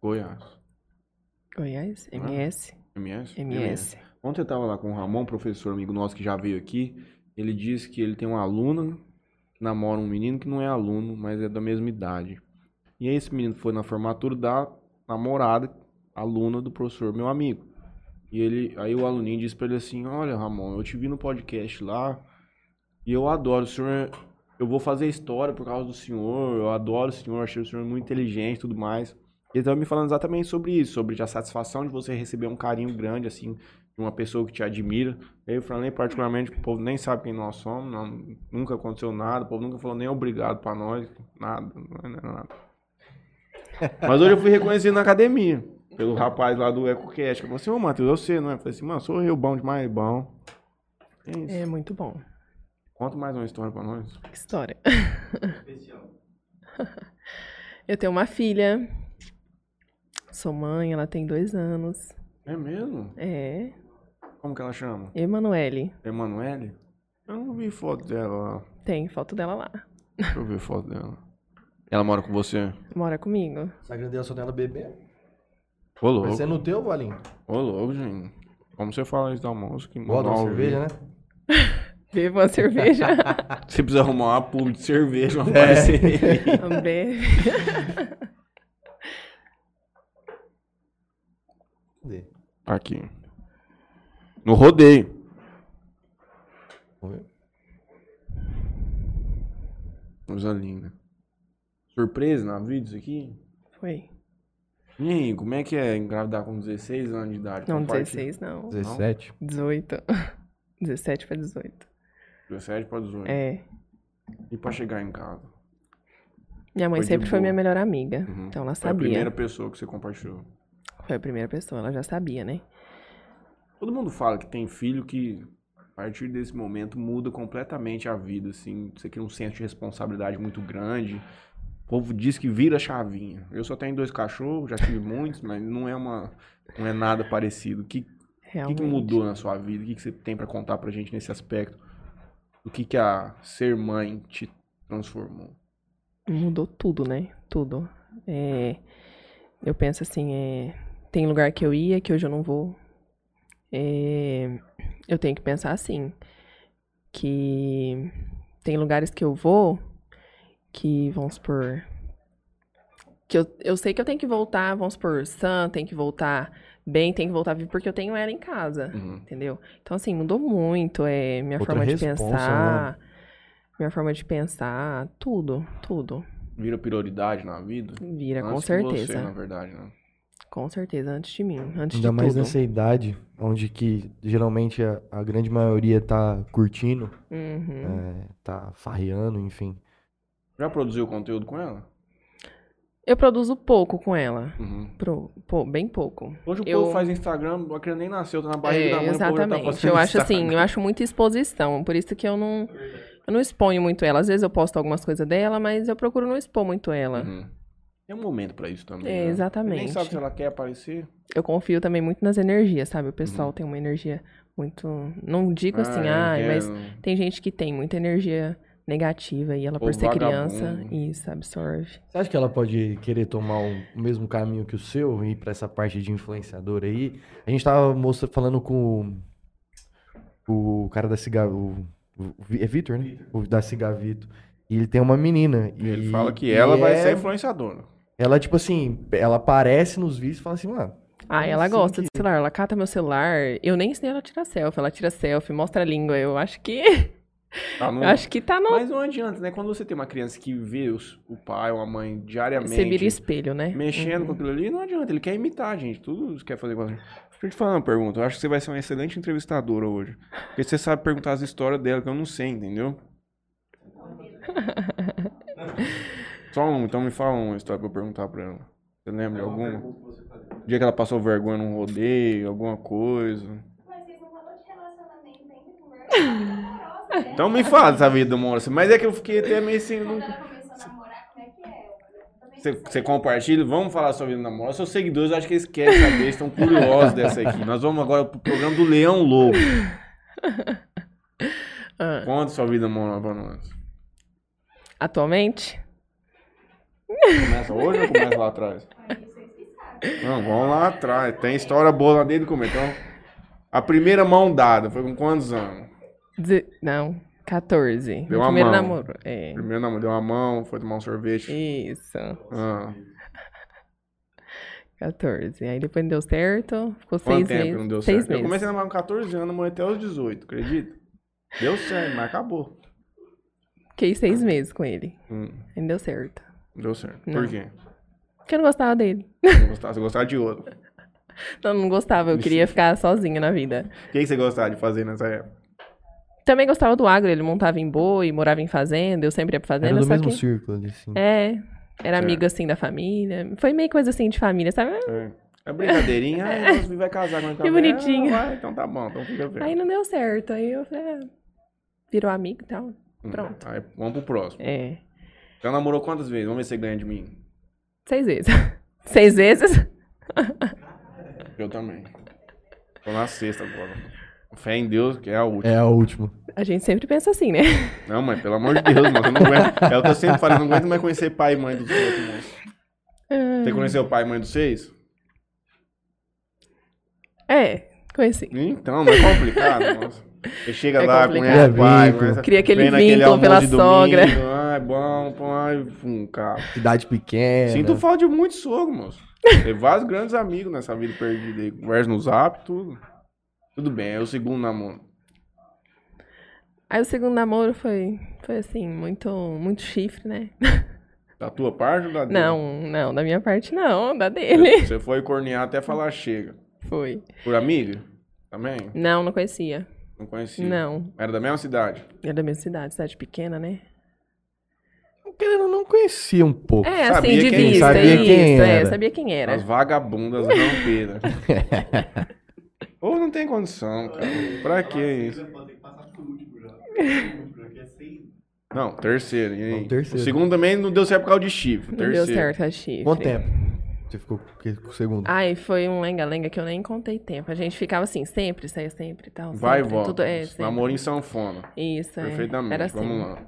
S1: Goiás.
S3: Goiás? MS?
S1: MS?
S3: MS.
S1: Ontem eu tava lá com o Ramon, um professor amigo nosso que já veio aqui. Ele disse que ele tem uma aluna que namora um menino que não é aluno, mas é da mesma idade. E aí esse menino foi na formatura da namorada, aluna do professor, meu amigo. E ele, aí o aluninho disse pra ele assim: "Olha, Ramon, eu te vi no podcast lá e eu adoro o senhor. é- Eu vou fazer história por causa do senhor. Eu adoro o senhor, achei o senhor muito inteligente, e tudo mais." E ele tava me falando exatamente sobre isso, sobre a satisfação de você receber um carinho grande assim de uma pessoa que te admira. Eu falei particularmente, o povo nem sabe quem nós somos, não- nunca aconteceu nada, o povo nunca falou nem obrigado pra nós, nada, não é nada. Mas hoje eu fui reconhecido na academia, pelo rapaz lá do EcoCast, que falou assim, ô Matheus, eu sei, não é? Eu falei assim, mano, sou eu, bom demais, bom. É isso.
S3: É muito bom.
S1: Conta mais uma história pra nós.
S3: Que história. Eu tenho uma filha. Sou mãe, ela tem dois anos.
S1: É mesmo?
S3: É.
S1: Como que ela chama?
S3: Emanuele.
S1: Emanuele? Eu não vi foto dela lá.
S3: Tem foto dela lá.
S1: Deixa eu ver foto dela. Ela mora com você?
S3: Mora comigo.
S2: Instagram dela só tem ela bebê.
S1: Ô, louco.
S2: Vai ser é no teu, Valinho.
S1: Ô, louco, gente. Como você fala isso da música?
S2: Bota uma cerveja, né?
S3: Beba uma cerveja.
S1: Você precisa arrumar uma pub de cerveja, uma
S2: É.
S1: parceria.
S3: Bebe.
S2: Cadê?
S1: Aqui. No rodeio.
S2: Vamos ver.
S1: Coisa linda. Surpresa na vida isso aqui?
S3: Foi.
S1: E aí, como é que é engravidar com 16 anos de idade?
S3: Não,
S1: Compartilha.
S3: 16 não.
S2: 17.
S3: 18. 17 para 18.
S1: 17 pra 18.
S3: É.
S1: E pra chegar em casa?
S3: Minha mãe
S1: Foi de
S3: sempre foi
S1: boa.
S3: minha melhor amiga.
S1: Uhum.
S3: Então ela
S1: Foi a primeira
S3: sabia.
S1: pessoa que você compartilhou.
S3: Foi a primeira pessoa, ela já sabia, né?
S1: Todo mundo fala que tem filho que, a partir desse momento, muda completamente a vida, assim. Você cria um senso de responsabilidade muito grande. O povo diz que vira chavinha. Eu só tenho dois cachorros, já tive muitos, mas não é uma... Não é nada parecido. O que, o que
S3: Realmente.
S1: que mudou na sua vida? O que, que você tem pra contar pra gente nesse aspecto? O que, que a ser mãe te transformou?
S3: Mudou tudo, né? Tudo. É, eu penso assim, é, tem lugar que eu ia que hoje eu não vou. É, eu tenho que pensar assim, que tem lugares que eu vou que, vamos supor, Que eu, eu sei que eu tenho que voltar, vamos supor, sã, tem que voltar bem, tem que voltar vivo, porque eu tenho ela em casa,
S1: Uhum.
S3: entendeu? Então, assim, mudou muito é, minha
S2: Outra
S3: forma de
S1: né?
S2: responsa,
S3: pensar, minha forma de pensar, tudo, tudo
S1: Vira prioridade na vida.
S3: vira, É, com
S1: Antes que Você, na
S3: certeza.
S1: verdade, né?
S3: Com certeza, antes de mim, antes
S2: Ainda
S3: de
S2: mais
S3: tudo.
S2: nessa idade, onde que geralmente a, a grande maioria tá curtindo,
S3: Uhum.
S2: é, tá farreando, enfim.
S1: Já produziu conteúdo com ela?
S3: Eu produzo pouco com ela,
S1: Uhum.
S3: pro- pô, bem pouco.
S1: Hoje o
S3: Eu-
S1: povo faz Instagram, a criança nem nasceu, tá na barriga da
S3: É,
S1: mãe, o povo já tá
S3: exatamente.
S1: fazendo
S3: Eu acho
S1: Instagram.
S3: assim, eu acho muita exposição, por isso que eu não, eu não exponho muito ela. Às vezes eu posto algumas coisas dela, mas eu procuro não expor muito ela.
S1: Uhum. Tem um momento pra isso também,
S3: É,
S1: né?
S3: exatamente.
S1: Nem sabe se ela quer aparecer.
S3: Eu confio também muito nas energias, sabe? O pessoal
S2: Uhum.
S3: tem uma energia muito, não digo assim,
S1: Ah,
S3: ai,
S1: é,
S3: mas
S1: não-
S3: tem gente que tem muita energia negativa e ela
S1: Ou
S3: por ser criança,
S1: vagabundo.
S3: isso absorve.
S2: Você acha que ela pode querer tomar o o mesmo caminho que o seu e ir pra essa parte de influenciador aí? A gente tava mostra, falando com o, o cara da Ciga... O, o- é Vitor, né? O da Cigavito. E ele tem uma menina. e-
S1: Ele fala que
S2: e
S1: ela vai
S2: é-
S1: ser influenciadora.
S2: Ela, tipo assim, ela aparece nos vídeos e fala assim, mano...
S3: Ah,
S2: Eu
S3: ela
S2: sei
S3: gosta
S2: que-
S3: de celular, ela cata meu celular. Eu nem ensinei ela a tirar selfie, ela tira selfie, mostra a língua. Eu acho que
S1: Tá no...
S3: acho que tá no
S1: Mas não adianta, né? Quando você tem uma criança que vê os- o pai ou a mãe diariamente
S3: você vira espelho, né?
S1: mexendo com aquilo ali, não adianta. Ele quer imitar, gente. Tudo quer fazer com a gente. Deixa eu te falar uma pergunta. Eu acho que você vai ser uma excelente entrevistadora hoje. Porque você sabe perguntar as histórias dela, que eu não sei, entendeu? Só um, então me fala uma história pra eu perguntar pra ela. Você lembra de alguma? O dia que ela passou vergonha num rodeio, alguma coisa.
S5: Mas vocês não falou de relacionamento ainda, conversa amorosa, né?
S1: Então me fala dessa vida, moça. Mas é que eu fiquei até meio sem.
S5: Quando ela começou a namorar, como é que é? Eu falei, eu também
S1: Você,
S5: não sei.
S1: você compartilha? Vamos falar sobre namoro. Seus seguidores, eu acho que eles querem saber, estão curiosos dessa aqui. Nós vamos agora pro programa do Leão Lobo.
S3: Ah.
S1: Conta sua vida amorosa pra nós.
S3: Atualmente?
S1: Começa hoje ou começa lá atrás?
S5: Aí vocês que sabem.
S1: Não, vamos lá atrás. Tem história boa lá desde o começo. Então, a primeira mão dada foi com quantos anos?
S3: Deze- Não, 14. Meu
S1: Deu uma
S3: primeiro
S1: mão.
S3: namoro. É.
S1: Primeiro namoro, deu uma mão, foi tomar um sorvete.
S3: Isso,
S1: Ah,
S3: 14. Aí depois não deu certo, ficou
S1: quanto
S3: seis
S1: tempo
S3: meses.
S1: que não deu
S3: seis
S1: certo? Eu
S3: meses.
S1: comecei a namorar com 14 anos, namorei até os 18, acredita? Deu certo, mas acabou.
S3: Fiquei seis meses com ele.
S1: Hum,
S3: Aí não deu certo.
S1: não deu certo. Por
S3: Não.
S1: quê?
S3: Porque eu não gostava dele.
S1: Não gostava, você gostava de outro.
S3: Não, eu não gostava, eu queria ficar sozinha na vida.
S1: O que, que você gostava de fazer nessa época?
S3: Também gostava do agro, ele montava em boi, morava em fazenda, eu sempre ia pra fazenda,
S2: Era do
S3: só
S2: mesmo
S3: que...
S2: círculo ali, assim.
S3: É, era amigo assim da família. Foi meio coisa assim de família, sabe?
S1: É, é brincadeirinha, ah, nossa, vai casar com aquela
S3: Que
S1: mulher.
S3: bonitinho.
S1: Ah, vai, então tá bom, então fica vendo.
S3: Aí não deu certo. Aí eu falei, ah, virou amigo e tal.
S1: Hum,
S3: Pronto.
S1: Aí, vamos pro próximo.
S3: É.
S1: Já namorou quantas vezes? Vamos ver se você ganha de mim.
S3: Seis vezes. Seis vezes?
S1: Eu também. Tô na sexta agora. Fé em Deus, que é a última.
S2: É a última.
S3: A gente sempre pensa assim, né?
S1: Não, mãe, pelo amor de Deus, mas eu não aguento. É o que eu sempre falo, eu não aguento mais conhecer pai e mãe dos outros, moço. Você conheceu o pai e mãe dos seis?
S3: É, conheci.
S1: Então, mas é complicado, moço. Você chega
S3: É
S1: lá,
S3: complicado.
S1: conhece o pai,
S2: Vínculo.
S1: conhece-
S3: Cria aquele
S1: vem naquele
S3: vínculo pela
S1: almoço de
S3: sogra.
S1: domingo, Ai, bom, pô, ai, fum, cara.
S2: Cidade pequena.
S1: Sinto falta de muito sogro, moço. Tem vários grandes amigos nessa vida perdida aí. Conversa no zap, tudo. Tudo bem, é o segundo namoro.
S3: Aí o segundo namoro foi, foi assim, muito, muito chifre, né?
S1: Da tua parte
S2: Uhum.
S1: ou da dele?
S3: Não, não, da minha parte não, da dele.
S1: Você foi cornear até falar chega.
S3: Foi.
S1: Por amiga? Também?
S3: Não, não conhecia.
S1: Não conhecia.
S3: Não.
S1: Era da mesma cidade?
S3: Era da minha cidade, cidade pequena, né?
S2: Querendo, ou não conhecia um pouco.
S3: É,
S1: Sabia
S3: assim, de
S1: quem-
S3: vista,
S2: sabia
S3: isso,
S2: quem
S3: é,
S2: era.
S3: sabia quem era.
S1: As vagabundas rampeiras. Ou não tem condição, cara. Pra que isso? Não, terceiro. E aí?
S2: Não, terceiro.
S1: O segundo também não deu certo por causa de chifre.
S3: Não
S1: terceiro.
S3: deu certo, a chifre.
S2: Quanto tempo? Você ficou que- com o segundo?
S3: Ai, foi um lenga-lenga que eu nem contei tempo. A gente ficava assim, sempre, saía sempre e tal.
S1: Vai e
S3: sempre,
S1: volta.
S3: Tudo, é,
S1: moço.
S3: sempre.
S1: Namoro em sanfona.
S3: Isso, é.
S1: Perfeitamente.
S3: Era assim.
S1: Vamos lá.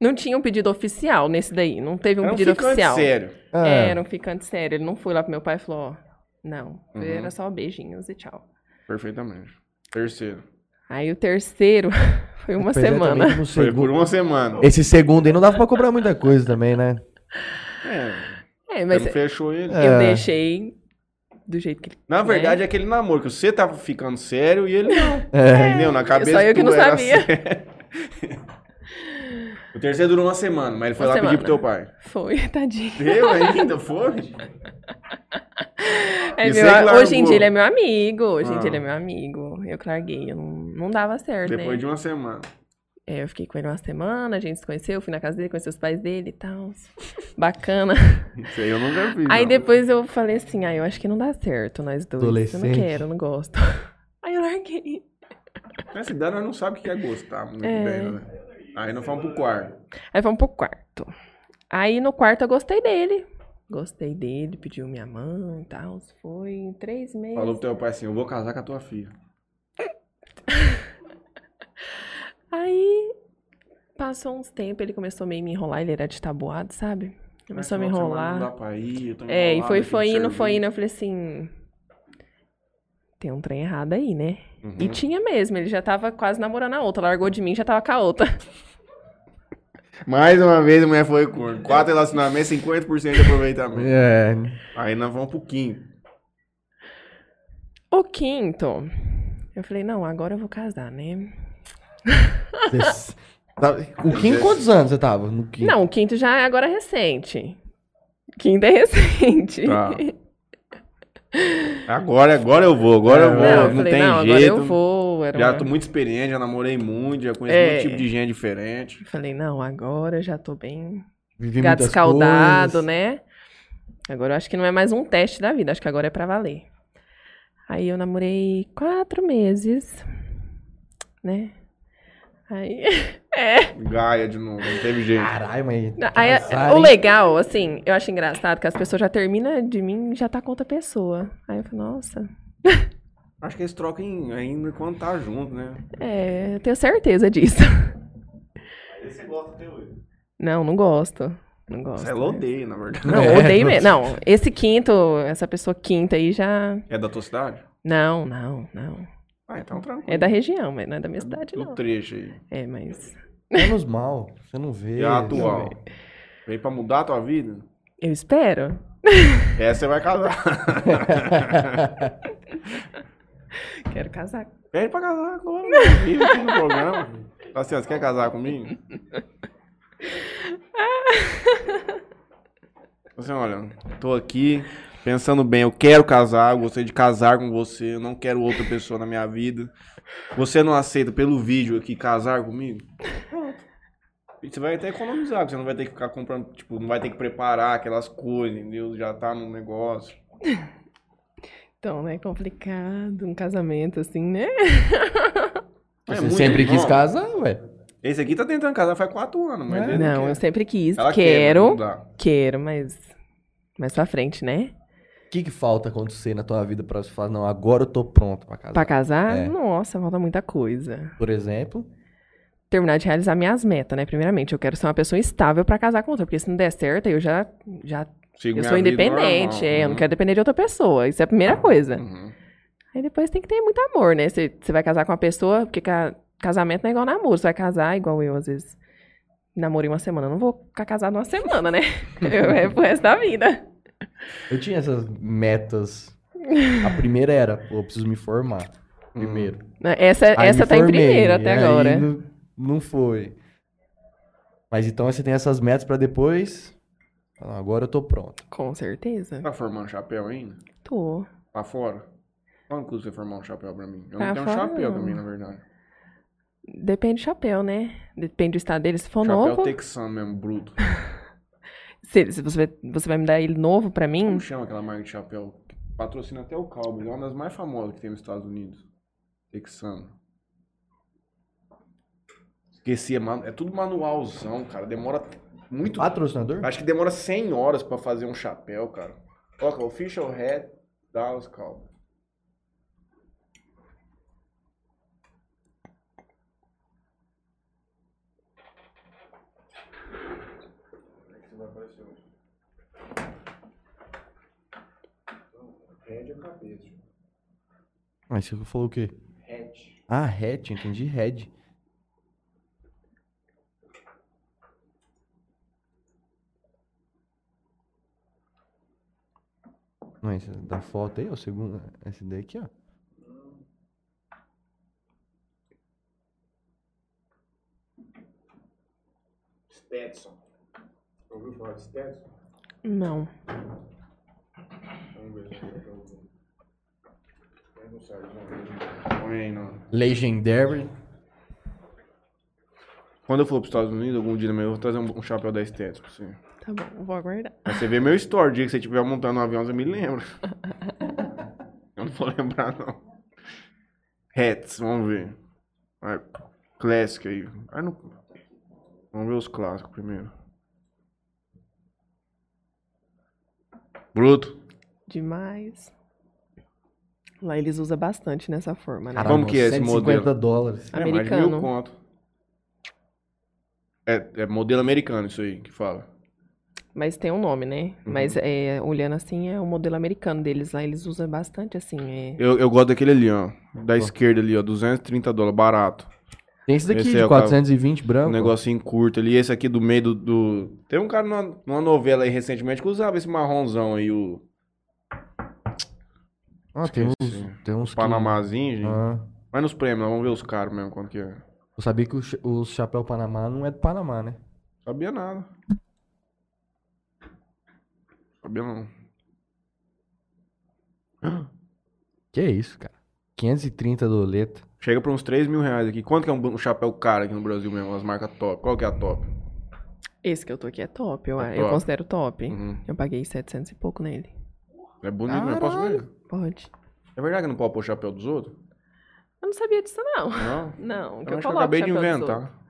S3: Não tinha um pedido oficial nesse daí. Não teve um
S1: Era um
S3: pedido
S1: ficante
S3: oficial.
S1: sério.
S2: Ah,
S3: Era um ficante sério. Ele não foi lá pro meu pai e falou, ó, não.
S1: Uhum.
S3: Era só beijinhos e tchau.
S1: Perfeitamente. Terceiro.
S3: Aí o terceiro foi uma
S2: pois é, também
S3: semana.
S2: que no
S1: Foi
S2: segundo-
S1: por uma semana.
S2: Esse segundo aí não dava pra cobrar muita coisa também, né?
S1: É.
S3: É,
S1: Você
S3: mas
S1: não fechou ele.
S2: É.
S3: eu deixei do jeito que ele.
S1: Na
S3: né?
S1: verdade, é aquele namoro que você tava ficando sério e ele não.
S2: É.
S1: Entendeu? Na cabeça
S3: Só eu que
S1: tu
S3: não
S1: era assim.
S3: sabia.
S1: sério. o terceiro durou uma semana, mas ele foi
S3: Uma
S1: lá pedir pro teu
S3: semana.
S1: pai.
S3: Foi, tadinho.
S1: Deu ainda? Foi?
S3: É
S1: E você
S3: meu a-
S1: que largou.
S3: Hoje em dia ele é meu amigo. Hoje em
S1: Ah.
S3: dia ele é meu amigo. Eu que larguei. Eu não, não dava certo, né?
S1: Depois de uma semana.
S3: É, eu fiquei com ele uma semana, a gente se conheceu, fui na casa dele, conheci os pais dele e tal. Bacana.
S1: Isso aí eu nunca vi.
S3: Aí
S1: não.
S3: depois eu falei assim, ah, eu acho que não dá certo nós dois. Eu não
S2: Adolescente.
S3: quero, eu não gosto. Aí eu larguei.
S1: Nessa idade nós não sabemos o que é gostar muito
S3: É.
S1: bem, né? Aí nós fomos pro quarto.
S3: Aí vamos pro quarto. Aí no quarto eu gostei dele. Gostei dele, pediu minha mão e tal. Foi em três meses.
S1: Falou pro teu pai assim: eu vou casar com a tua filha.
S3: Aí passou uns tempos, ele começou meio a me enrolar, ele era de tabuado, sabe? Começou a me
S1: Mas final de semana
S3: enrolar.
S1: Não dá pra ir, eu tô
S3: É, e
S1: enrolado
S3: foi,
S1: aqui no
S3: foi indo, foi
S1: serviço.
S3: indo. Eu falei assim. Tem um trem errado aí, né?
S1: Uhum.
S3: E tinha mesmo, ele já tava quase namorando a outra. Largou de mim já tava com a outra.
S1: Mais uma vez a mulher foi corno. Quatro relacionamentos, 50% de aproveitamento.
S2: É.
S1: Aí nós vamos pro quinto.
S3: O quinto. Eu falei, não, agora eu vou casar, né?
S2: Dez- Tá- O Kim, quantos anos você tava? No Kim?
S3: Não, o quinto já é agora recente. Quinto é recente.
S1: Tá. Agora, agora eu vou, agora eu vou.
S3: Não,
S1: É, Não,
S3: eu falei,
S1: tem
S3: não, agora
S1: jeito.
S3: eu vou. Era
S1: Já
S3: uma-
S1: tô muito experiente, já namorei muito, já conheço
S3: É.
S1: muito tipo de gente diferente.
S3: Eu Falei, não, agora eu já tô bem
S2: Vivi
S3: gato
S2: muitas
S3: escaldado,
S2: coisas.
S3: né? Agora eu acho que não é mais um teste da vida, acho que agora é pra valer. Aí eu namorei quatro meses, né? Aí,
S1: Gaia de novo, não teve jeito.
S2: Caralho, mas. é
S3: Não, aí, é-
S2: azar,
S3: o
S2: hein?
S3: legal, assim, eu acho engraçado que as pessoas já terminam de mim e já tá com outra pessoa. Aí eu falo, nossa,
S1: Acho que eles trocam em- ainda quando tá junto, né?
S3: é, eu tenho certeza disso.
S1: Você gosta até hoje.
S3: Não, não gosto. Não gosto.
S1: Você é odeia, na verdade.
S3: Não,
S2: É,
S3: odeio
S2: não-
S3: mesmo. Não, esse quinto, essa pessoa quinta aí já.
S1: É da tua cidade?
S3: Não, não, não.
S1: Ah, então tranquilo.
S3: É da região, mas não é da minha cidade,
S1: Do
S3: não.
S1: trecho aí.
S3: É, mas
S2: Menos mal. Você não vê.
S1: E a É atual? Veio pra mudar a tua vida?
S3: eu espero.
S1: Essa você vai casar.
S3: Quero casar.
S1: Pede pra casar agora, meu. ao vivo aqui no programa. Fala assim, ó, você quer casar comigo? Fala assim, olha, tô aqui pensando bem, eu quero casar, eu gostei de casar com você, eu não quero outra pessoa na minha vida. Você não aceita pelo vídeo aqui casar comigo? E você vai até economizar, porque você não vai ter que ficar comprando, tipo, não vai ter que preparar aquelas coisas, entendeu? Já tá no negócio.
S3: Então, né? Complicado um casamento assim, né?
S1: É
S2: Você
S1: muito
S2: sempre quis
S1: bom.
S2: casar, É. ué.
S1: Esse aqui tá tentando casar faz quatro anos, mas ele
S3: Não,
S1: quer.
S3: eu sempre quis.
S1: Ela quer, né, mas não
S3: quero,
S1: dá.
S3: quero, mas mais pra frente, né?
S2: O que, que falta acontecer na tua vida pra você falar, não, agora eu tô pronto pra casar?
S3: Pra casar,
S2: É.
S3: nossa, falta muita coisa.
S2: Por exemplo.
S3: terminar de realizar minhas metas, né? Primeiramente, eu quero ser uma pessoa estável pra casar com outra, porque se não der certo, aí eu já já
S1: Sigo
S3: eu
S1: minha
S3: sou
S1: vida
S3: independente,
S1: normal.
S3: é, eu
S1: Uhum.
S3: não quero depender de outra pessoa. Isso é a primeira coisa.
S1: Uhum.
S3: Aí depois tem que ter muito amor, né? Você você vai casar com uma pessoa, porque ca- casamento não é igual namoro, você vai casar igual eu às vezes. Namorei uma semana, eu não vou ficar casado uma semana, né? Eu, é pro resto da vida.
S2: Eu tinha essas metas. A primeira era, pô, eu preciso me formar. Primeiro.
S3: Né, Essa,
S2: Aí
S3: essa
S2: me
S3: tá em
S2: formei,
S3: primeiro até
S2: e aí
S3: agora.
S2: Não, não foi. Mas então você tem essas metas pra depois. falar, agora eu tô pronto.
S3: Com certeza.
S1: Tá formando chapéu ainda?
S3: Tô.
S1: Pra fora? Quanto custa você formar um chapéu pra mim? Eu
S3: Pra
S1: não tenho um
S3: Tá fora,
S1: chapéu
S3: não. Tá
S1: também, na verdade.
S3: Depende do chapéu, né? Depende do estado dele. Se for
S1: chapéu
S3: novo.
S1: texano mesmo, bruto.
S3: Se, se você, você vai me dar ele novo pra mim?
S1: Como chama aquela marca de chapéu? que Patrocina até o Cowboy, é uma das mais famosas que tem nos Estados Unidos. Texano. Esqueci, é, manu- é tudo manualzão, cara. Demora muito
S2: Patrocinador?
S1: Acho que demora 100 horas pra fazer um chapéu, cara. Coloca Official Head Dallas Cowboys. Head é cabeça.
S2: Mas você falou o quê?
S1: Head.
S2: Ah, Red, entendi Red. Não, esse da foto aí, ó, o segundo. Esse daqui, ó.
S1: Stetson. Ouviu falar de Stetson?
S3: Não.
S1: Vamos ver se eu ouvindo. Não sei, não. Põe aí, não.
S2: Legendary.
S1: Quando eu for para os Estados Unidos, algum dia também, eu vou trazer um, um chapéu da Stetson pra você.
S3: Tá bom, vou aguardar.
S1: Pra você ver meu story. O dia que você estiver montando um avião, você me lembra. Eu não vou lembrar, não. Hats, vamos ver. Vai, classic aí. Vai no- Vamos ver os clássicos primeiro. Bruto.
S3: Demais. Lá eles usam bastante nessa forma, né?
S1: Caramba, Como que é esse
S2: 150
S1: modelo?
S2: dólares.
S1: É mais de mil
S3: Americano.
S1: conto. É, é modelo americano isso aí que fala.
S3: Mas tem um nome, né?
S1: Uhum.
S3: Mas é, olhando assim, é o modelo americano deles lá. Eles usam bastante assim. É...
S1: Eu, eu gosto daquele ali, ó. Da esquerda ali, ó. 230 dólares, barato.
S2: Tem esse daqui
S1: Esse é
S2: de
S1: o cara-
S2: 420 branco.
S1: Um negocinho curto ali. Esse aqui do meio do. do- Tem um cara numa, numa novela aí recentemente que usava esse marronzão aí, o
S2: Ah, tem
S1: Esqueci.
S2: uns, tem uns que-
S1: Panamazinho, gente.
S2: Ah.
S1: Vai nos prêmios, nós vamos ver os caros mesmo, quanto que é.
S2: Eu sabia que o, cha- o chapéu Panamá não é do Panamá, né?
S1: Sabia nada. Sabia não.
S2: Que é isso, cara. 530 doleta.
S1: Chega pra uns 3 mil reais aqui. Quanto que é um, bu- um chapéu caro aqui no Brasil mesmo? As marcas top. Qual que é a top?
S3: Esse que eu tô aqui é top, eu,
S1: É
S3: eu
S1: top.
S3: considero top.
S1: Uhum.
S3: Eu paguei 700 e pouco nele.
S1: É bonito, né? Posso ver?
S3: Pode.
S1: É verdade que não pode pôr chapéu dos outros?
S3: Eu não sabia disso, não.
S1: Não?
S3: Não, que
S1: Eu
S3: eu
S1: acho que eu
S3: coloco
S1: acabei de
S3: chapéu dos
S1: inventar.
S3: outros.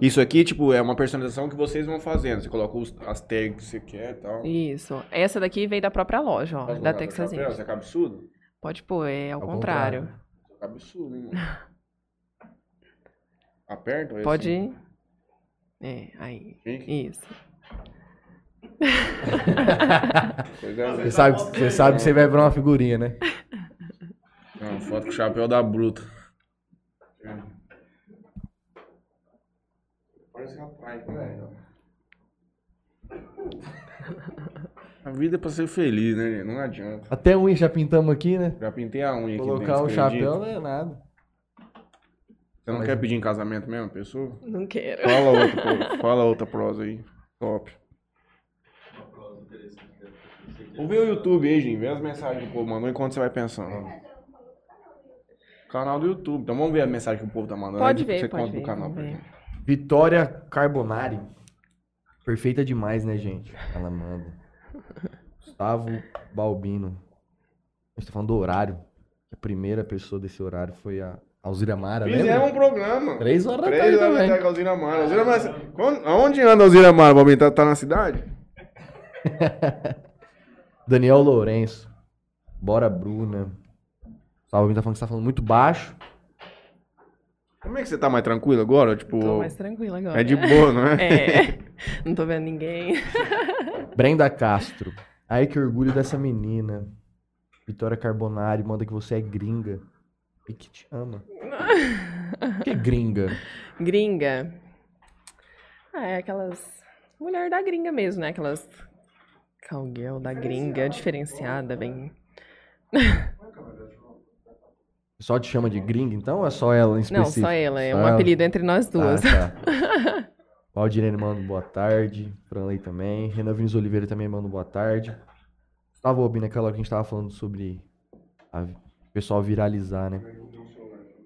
S1: Isso aqui, tipo, é uma personalização que vocês vão fazendo. Você coloca os- as tags que você quer e tal.
S3: Isso. Essa daqui veio da própria loja, ó.
S1: Posso
S3: da
S1: colocar teu
S3: Texas
S1: chapéu?
S3: Inc.
S1: Você é absurdo? É
S3: Pode pôr, é ao
S2: Ao
S3: contrário.
S2: contrário.
S1: Absurdo, hein, mano? Aperto? esse?
S3: Pode. É, aí.
S1: Chique.
S3: Isso.
S1: Coisa
S2: Você
S1: linda.
S2: sabe, você sabe
S1: é.
S2: que você vai virar uma figurinha, né?
S1: Não, foto com o chapéu da bruta. Parece rapaz, velho. A vida é pra ser feliz, né, gente? Não adianta.
S2: Até unha já pintamos aqui, né?
S1: Já pintei a unha aqui
S2: Colocar
S1: dentro,
S2: o
S1: você
S2: chapéu
S1: acredita?
S2: não é nada.
S1: Você não quer pedir em casamento mesmo, pessoa?
S3: Não quero.
S1: Fala outra, pro- fala outra prosa aí. Top. Vamos ver o YouTube aí, gente. Vê as mensagens que o povo mandou enquanto você vai pensando. Canal do YouTube. Então vamos ver a mensagem que o povo tá mandando.
S3: Pode
S1: aí
S3: ver,
S1: você
S3: pode
S1: conta do
S3: ver,
S1: canal
S3: vamos
S1: pra
S3: ver.
S1: gente.
S2: Vitória Carbonari. Perfeita demais, né, gente? Ela manda. Gustavo Balbino. A gente tá falando do horário. A primeira pessoa desse horário foi a Alzira Mara,
S1: Fizemos um
S2: lembra?
S1: programa.
S2: Tá Três horas da tarde
S1: Três horas da
S2: também.
S1: tarde com a Alzira Mara. Alzira Mara, quando- aonde anda a Alzira Mara, Bobinho? Tá, tá na cidade?
S2: Daniel Lourenço. Bora, Bruna. Salve, tá falando que você tá falando muito baixo.
S1: Como é que você tá mais tranquilo agora?
S3: Tô
S1: Tipo,
S3: mais tranquila agora.
S1: é de boa, não é?
S3: É. Não tô vendo ninguém.
S2: Brenda Castro. Ai, que orgulho dessa menina. Vitória Carbonari manda que você é gringa. E que te ama. que gringa?
S3: Gringa. Ah, é aquelas. Mulher da gringa mesmo, né? Aquelas. Calguel da gringa, diferenciada, bem.
S2: Só te chama de gringa, então? Ou é só ela em
S3: Não,
S2: específico?
S3: só ela, é
S2: Só
S3: um
S2: ela?
S3: apelido entre nós duas.
S2: Ah, tá. Valdirene manda um boa tarde. Franley também. Renan Vinícius Oliveira também manda um boa tarde. Tava ouvindo aquela hora que a gente tava falando sobre a- o pessoal viralizar, né?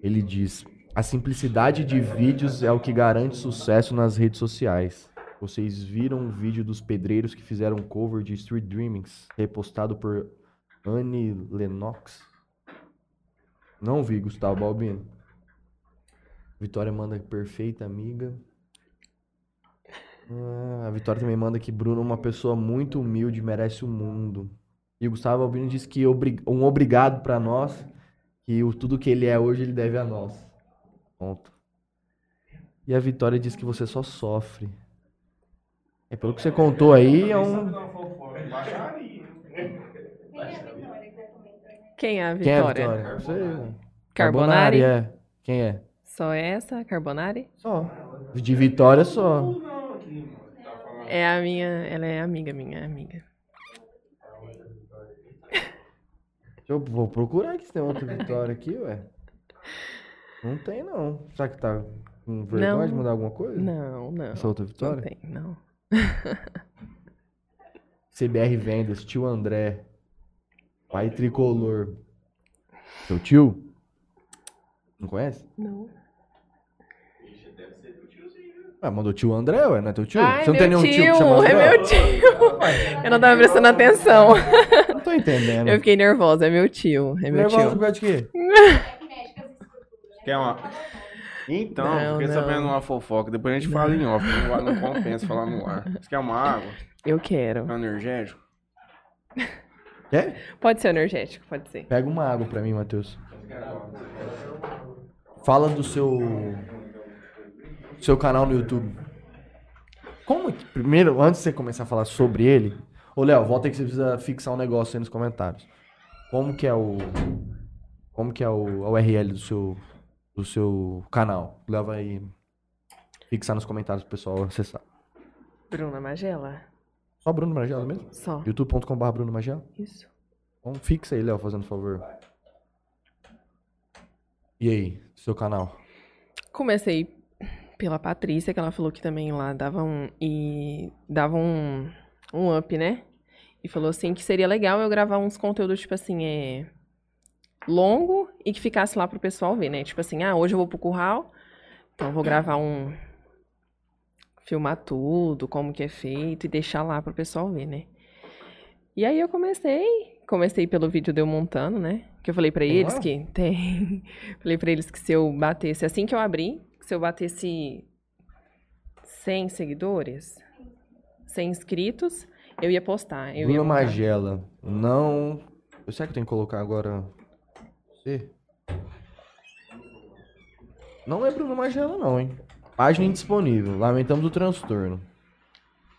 S2: Ele diz: A simplicidade de vídeos é o que garante sucesso nas redes sociais. Vocês viram um vídeo dos pedreiros que fizeram um cover de Street Dreamings, repostado por Anne Lennox? Não vi, Gustavo Balbino. Vitória manda que perfeita amiga. Ah, a Vitória também manda que Bruno é uma pessoa muito humilde, merece o mundo. E o Gustavo Albino diz que obri- um obrigado pra nós, que o tudo que ele é hoje ele deve a nós. Ponto. E a Vitória diz que você só sofre. É pelo que você contou aí, é um
S5: Quem
S2: quem é
S3: Quem é a
S5: é a Vitória que vai comentar?
S2: a
S3: Vitória?
S2: Vitória? Não sei.
S3: Carbonari?
S2: é. Quem é?
S3: Só essa, Carbonari?
S2: Só. De Vitória só.
S3: É a minha. Ela é amiga minha, amiga.
S2: Deixa eu vou procurar que se tem outra vitória aqui, ué. Não tem, não. Será que tá com vergonha
S3: Não.
S2: de mudar alguma coisa?
S3: Não, não.
S2: Essa outra
S3: Não
S2: vitória?
S3: tem, não.
S2: CBR Vendas, tio André. Pai tricolor. Seu tio? Não conhece?
S3: Não.
S2: Ah, mandou tio André, ué, não é teu tio?
S3: Ai,
S2: Você não
S3: meu
S2: tem nenhum tio, que chama
S3: tio,
S2: André?
S3: é meu tio. Eu não tava prestando atenção.
S2: Não tô entendendo.
S3: Eu fiquei nervosa, é meu tio, é meu
S2: Nervosa
S3: tio.
S2: por causa de quê?
S5: é
S1: Quer uma? Então,
S3: Não,
S1: fiquei
S3: não.
S1: sabendo uma fofoca. Depois a gente fala em off. Não, não compensa falar no ar. Você quer uma água?
S3: Eu quero.
S1: Um energético?
S2: Quer?
S3: Pode ser energético, pode ser.
S2: Pega uma água pra mim, Matheus. Fala do seu... Seu canal no YouTube. Como que... Primeiro, antes de você começar a falar sobre ele... Ô, Léo, volta aí que você precisa fixar um negócio aí nos comentários. Como que é o... Como que é o, a URL do seu, do seu canal? O Léo vai fixar nos comentários pro pessoal acessar.
S3: Bruna Magela?
S2: Só Bruno Magela mesmo?
S3: Só.
S2: youtube.com.br Bruno Magela?
S3: Isso.
S2: Então fixa aí, Léo, fazendo favor. E aí, seu canal?
S3: Comecei pela Patrícia, que ela falou que também lá dava um. E dava um, um up, né? E falou assim que seria legal eu gravar uns conteúdos, tipo assim, é. Longo e que ficasse lá pro pessoal ver, né? Tipo assim, ah, hoje eu vou pro curral, então eu vou gravar um. Filmar tudo, como que é feito e deixar lá pro pessoal ver, né? E aí eu comecei. Comecei pelo vídeo de eu montando, né? Que eu falei pra
S2: Tem
S3: eles
S2: lá?
S3: que. Tem. Falei pra eles que se eu batesse. Assim que eu abri, que se eu batesse 100 seguidores, 100 inscritos, eu ia postar. Eu ia
S2: Bruno
S3: montar.
S2: Magela. Não. Eu sei que eu tenho que colocar agora. Você? Não é Bruno Magela, não, hein? Página indisponível. Lamentamos o transtorno.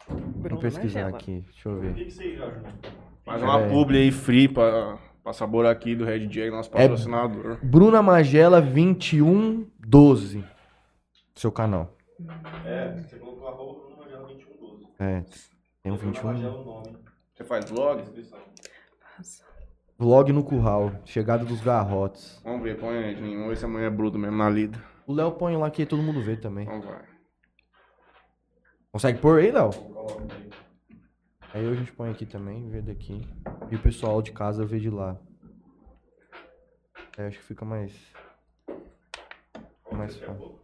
S3: Bruno
S2: Vou pesquisar
S3: Magela.
S2: aqui. Deixa eu ver.
S1: Faz uma
S2: É.
S1: publi aí free pra, pra sabor aqui do Red Jack, nosso
S2: É-
S1: patrocinador.
S2: Bruna Magela 2112. Seu canal.
S7: É, você colocou arroba Bruno Magela 2112.
S2: É. Tem um
S7: Bruno
S2: 21.
S7: Magela o nome,
S1: Você faz vlog?
S7: descrição.
S2: Vlog no Curral. Chegada dos Garrotes.
S1: Vamos ver, põe aí, Juninho. Vamos ver se amanhã é bruto mesmo na lida. Então
S2: O Léo põe lá que todo mundo vê também.
S1: Vamos lá.
S2: Consegue pôr aí, Léo? Aí a gente põe aqui também, vê daqui. E o pessoal de casa vê de lá. É, acho que fica mais. Mais fácil.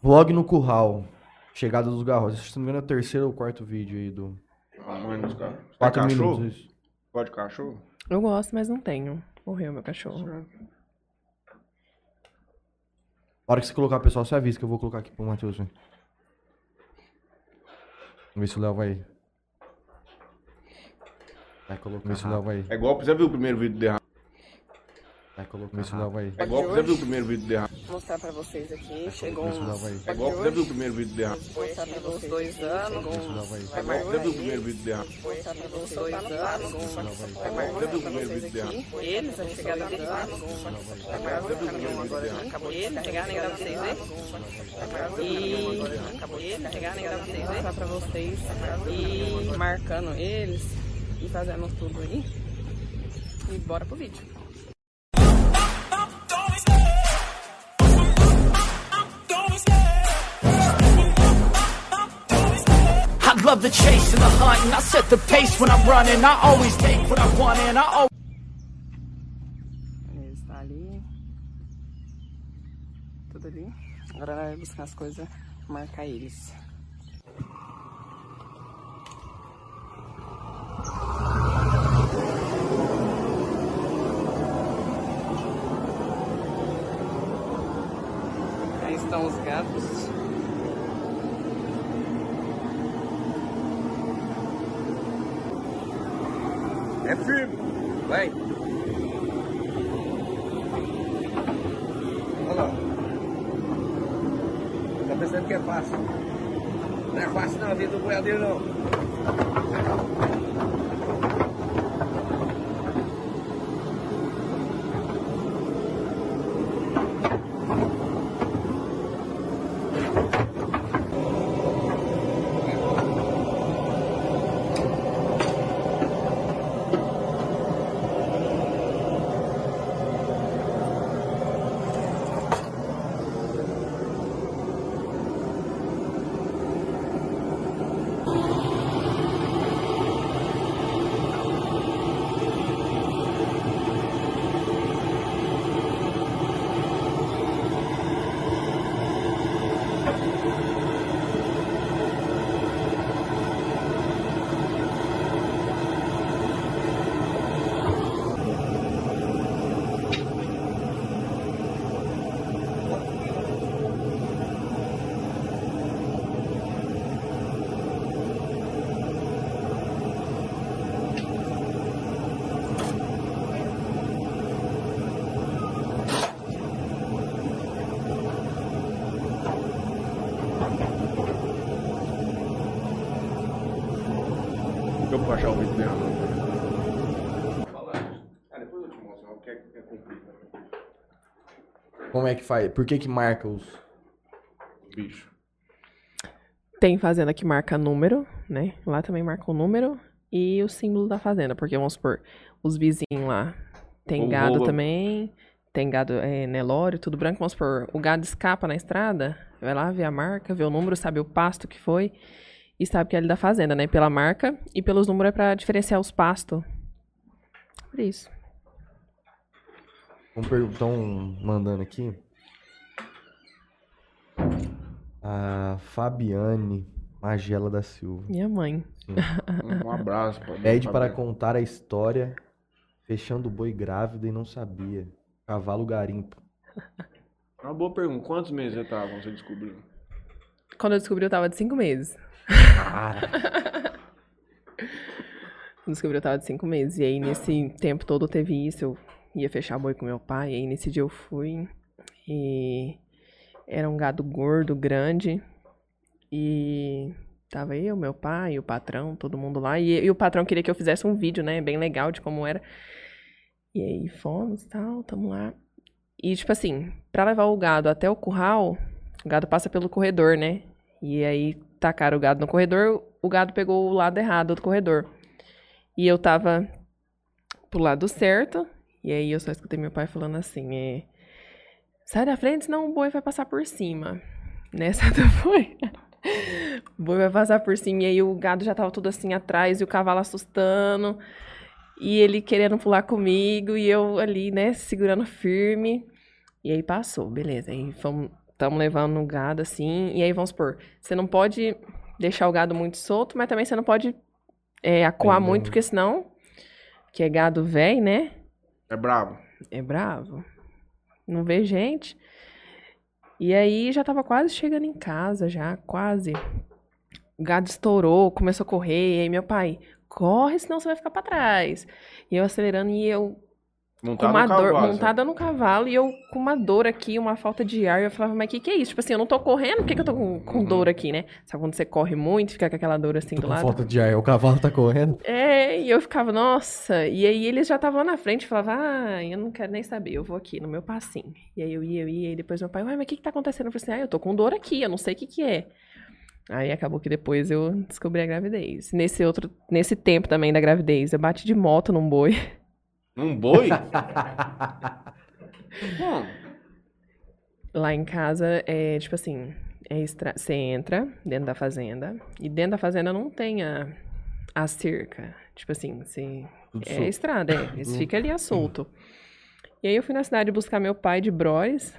S2: Vlog no Curral. Chegada dos Garros. Se não me engano, é o terceiro ou quarto vídeo aí do.
S1: Amanhã nos caras. Pode
S2: Quatro
S1: É cachorro?
S2: minutos. Isso.
S1: Pode cachorro?
S3: Eu gosto, mas não tenho. Morreu meu cachorro.
S2: A hora que você colocar, pessoal, você avisa que eu vou colocar aqui pro Matheus. ver. Vamos ver se o Léo vai. Vai colocar. Vamos ver se o Léo vai.
S1: É golpe. Você viu o primeiro vídeo do derrame?
S2: Vai colocar. Vamos ver se o Léo vai.
S1: É golpe. Você viu o primeiro vídeo do derrame?
S3: Vou mostrar pra vocês aqui. Chegou
S2: Vamos ver se o Léo vai.
S1: É golpe. Você viu o primeiro vídeo do derrame?
S3: Vou mostrar pra vocês dois anos.
S1: É golpe. Você viu o primeiro vídeo do derrame?
S3: Vou mostrar pra vocês dois anos.
S1: É golpe. Você viu o primeiro vídeo do derrame?
S3: Eles, a chegada deles. Tá né? Acabou de carregar, nem dá pra vocês né? verem. E né? acabou de carregar, nem dá pra vocês verem. Mostrar pra vocês. E marcando eles e fazendo tudo aí. E bora pro vídeo.
S8: I love the chase and the hunt, and I set the pace when I'm running. I always take what I want, and I always.
S3: Beleza, tá ali. Tudo ali. Agora vai buscar as coisas, marcar eles. Aí estão os gatos.
S1: É firme. Vai. Olha lá. Tá pensando que é fácil. Não é fácil não, a vida do boiadeiro não.
S3: Olha
S1: Vou achar o vídeo dela. é
S2: Como é que faz? Por que que marca os...
S1: Bicho.
S3: Tem fazenda que marca número, né? Lá também marca o número e o símbolo da fazenda, porque vamos supor, os vizinhos lá tem
S1: Ou
S3: gado
S1: rouba.
S3: também, tem gado é, Nelório, tudo branco, vamos supor, o gado escapa na estrada, vai lá, vê a marca, vê o número, sabe o pasto que foi e sabe que é ali da fazenda, né? Pela marca e pelos números é pra diferenciar os pastos. Por isso.
S2: Estão mandando aqui. A Fabiane Magela da Silva.
S3: Minha mãe.
S1: Um abraço. pra-
S2: Pede
S1: pra-
S2: É para contar a história fechando o boi grávida e não sabia. Cavalo garimpo.
S1: É Uma boa pergunta. Quantos meses já tava quando você descobriu?
S3: Quando eu descobri, eu tava de cinco meses.
S2: Cara,
S3: Quando descobri, eu tava de cinco meses. E aí, nesse tempo todo, teve isso. Eu ia fechar boi com meu pai. E aí, nesse dia, eu fui. E era um gado gordo, grande. E tava eu, meu pai, o patrão, todo mundo lá. E, e o patrão queria que eu fizesse um vídeo, né? Bem legal de como era. E aí, fomos e tal, tamo lá. E, tipo assim, pra levar o gado até o curral, o gado passa pelo corredor, né? E aí, tacaram o gado no corredor. O gado pegou o lado errado do corredor. E eu tava pro lado certo, e aí eu só escutei meu pai falando assim, é, sai da frente, senão o boi vai passar por cima. Nessa do boi. O boi vai passar por cima, e aí o gado já tava tudo assim atrás, e o cavalo assustando, e ele querendo pular comigo, e eu ali, né, segurando firme. E aí passou, beleza. Aí fomos, tamo levando o gado assim, e aí vamos supor, você não pode deixar o gado muito solto, mas também você não pode é, acuar
S2: Prender
S3: muito,
S2: muito.
S3: porque senão, que é gado velho, né?
S1: É bravo.
S3: é bravo. Não vê gente. E aí já tava quase chegando em casa, já, quase. O gado estourou, começou a correr. E aí meu pai, corre, senão você vai ficar pra trás. E eu acelerando e eu com
S1: Montado
S3: uma
S1: no
S3: dor,
S1: cavalo, né?
S3: montada no cavalo, e eu com uma dor aqui, uma falta de ar. Eu falava, mas que que é isso? Tipo assim, eu não tô correndo, por que, que eu tô com, com
S1: Uhum.
S3: dor aqui, né? Sabe quando você corre muito, fica com aquela dor assim
S2: tô
S3: do
S2: com
S3: lado?
S2: falta de ar. O cavalo tá correndo.
S3: É, e eu ficava, nossa. E aí eles já estavam lá na frente, falava, ah, eu não quero nem saber, eu vou aqui no meu passinho. E aí eu ia, eu ia, e depois meu pai, ué, mas o que que tá acontecendo? Eu falei assim, ah, eu tô com dor aqui, eu não sei o que que é. Aí acabou que depois eu descobri a gravidez. Nesse outro, nesse tempo também da gravidez, eu bati de moto num boi.
S1: Um boi? Hum,
S3: Lá em casa é tipo assim, é estra... você entra dentro da fazenda e dentro da fazenda não tem a, a cerca. Tipo assim, você...
S2: Tudo
S3: é
S2: solto.
S3: estrada, é.
S1: Uhum.
S3: Eles ficam ali a solto. E aí eu fui na cidade buscar meu pai de Bróis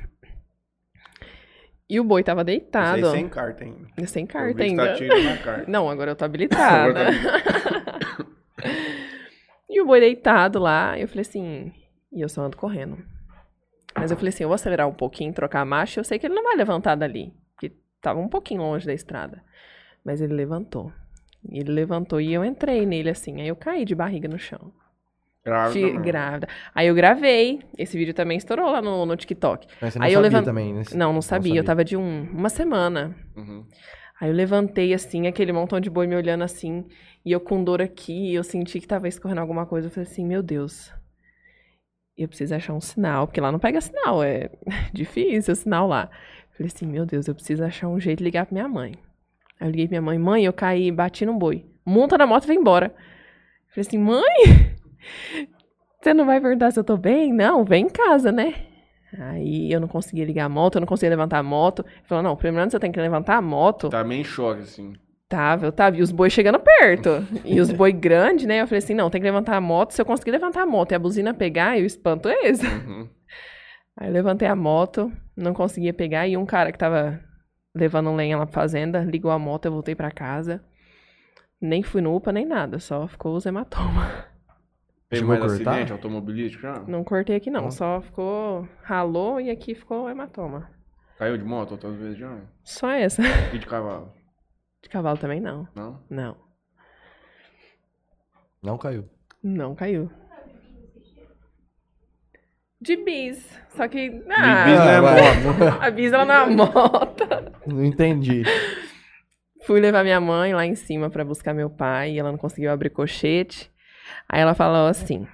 S3: e o boi tava deitado.
S1: Esse aí sem carta ainda.
S3: ó, sem
S1: Eu
S3: carta
S1: vi que
S3: ainda.
S1: Tá tiro na carta.
S3: Não, É. agora eu tô habilitada. e o boi deitado lá, eu falei assim, e eu só ando correndo. Mas eu falei assim, eu vou acelerar um pouquinho, trocar a marcha, eu sei que ele não vai levantar dali, porque tava um pouquinho longe da estrada. Mas ele levantou. E Ele levantou e eu entrei nele assim, aí eu caí de barriga no chão.
S1: Grávida.
S3: Fi-
S1: mesmo.
S3: grávida. Aí eu gravei, esse vídeo também estourou lá no, no TikTok.
S2: Mas você não
S3: Aí eu
S2: sabia
S3: levan-
S2: também, né?
S3: Não, não sabia, eu tava de um, uma semana.
S1: Uhum.
S3: Aí eu levantei assim, aquele montão de boi me olhando assim, e eu com dor aqui, e eu senti que tava escorrendo alguma coisa. Eu falei assim, meu Deus, eu preciso achar um sinal, porque lá não pega sinal, é difícil o sinal lá. Eu falei assim, meu Deus, eu preciso achar um jeito de ligar pra minha mãe. Aí eu liguei pra minha mãe, mãe, eu caí, bati num boi. Monta na moto e vem embora. Eu falei assim, mãe, você não vai perguntar se eu tô bem? Não, vem em casa, né? Aí eu não conseguia ligar a moto, eu não conseguia levantar a moto. Ele falou, não, primeiro antes eu tenho que levantar a moto.
S1: Tá meio em choque, assim.
S3: Tava, eu tava. E os boi chegando perto. E os boi grande, né? Eu falei assim, não, tem que levantar a moto. Se eu conseguir levantar a moto e a buzina pegar, eu espanto eles.
S1: Uhum.
S3: Aí eu levantei a moto, não conseguia pegar. E um cara que tava levando lenha lá pra fazenda, ligou a moto, eu voltei pra casa. Nem fui no UPA, nem nada. Só ficou os hematomas.
S1: Teve
S2: Chegou a
S1: mais
S2: cortar?
S1: acidente automobilístico já?
S3: Não cortei aqui, não.
S2: Não.
S3: Só ficou... Ralou e aqui ficou hematoma.
S1: Caiu de moto outras vezes já?
S3: Só essa.
S1: E de cavalo?
S3: De cavalo também, não.
S1: Não?
S3: Não.
S2: Não caiu.
S3: Não caiu. De bis. Só que. ah,
S2: né? Ah,
S1: bis não é
S2: vai.
S3: A bis ela na é moto.
S2: Não entendi.
S3: Fui levar minha mãe lá em cima pra buscar meu pai e ela não conseguiu abrir cochete. Aí ela falou assim: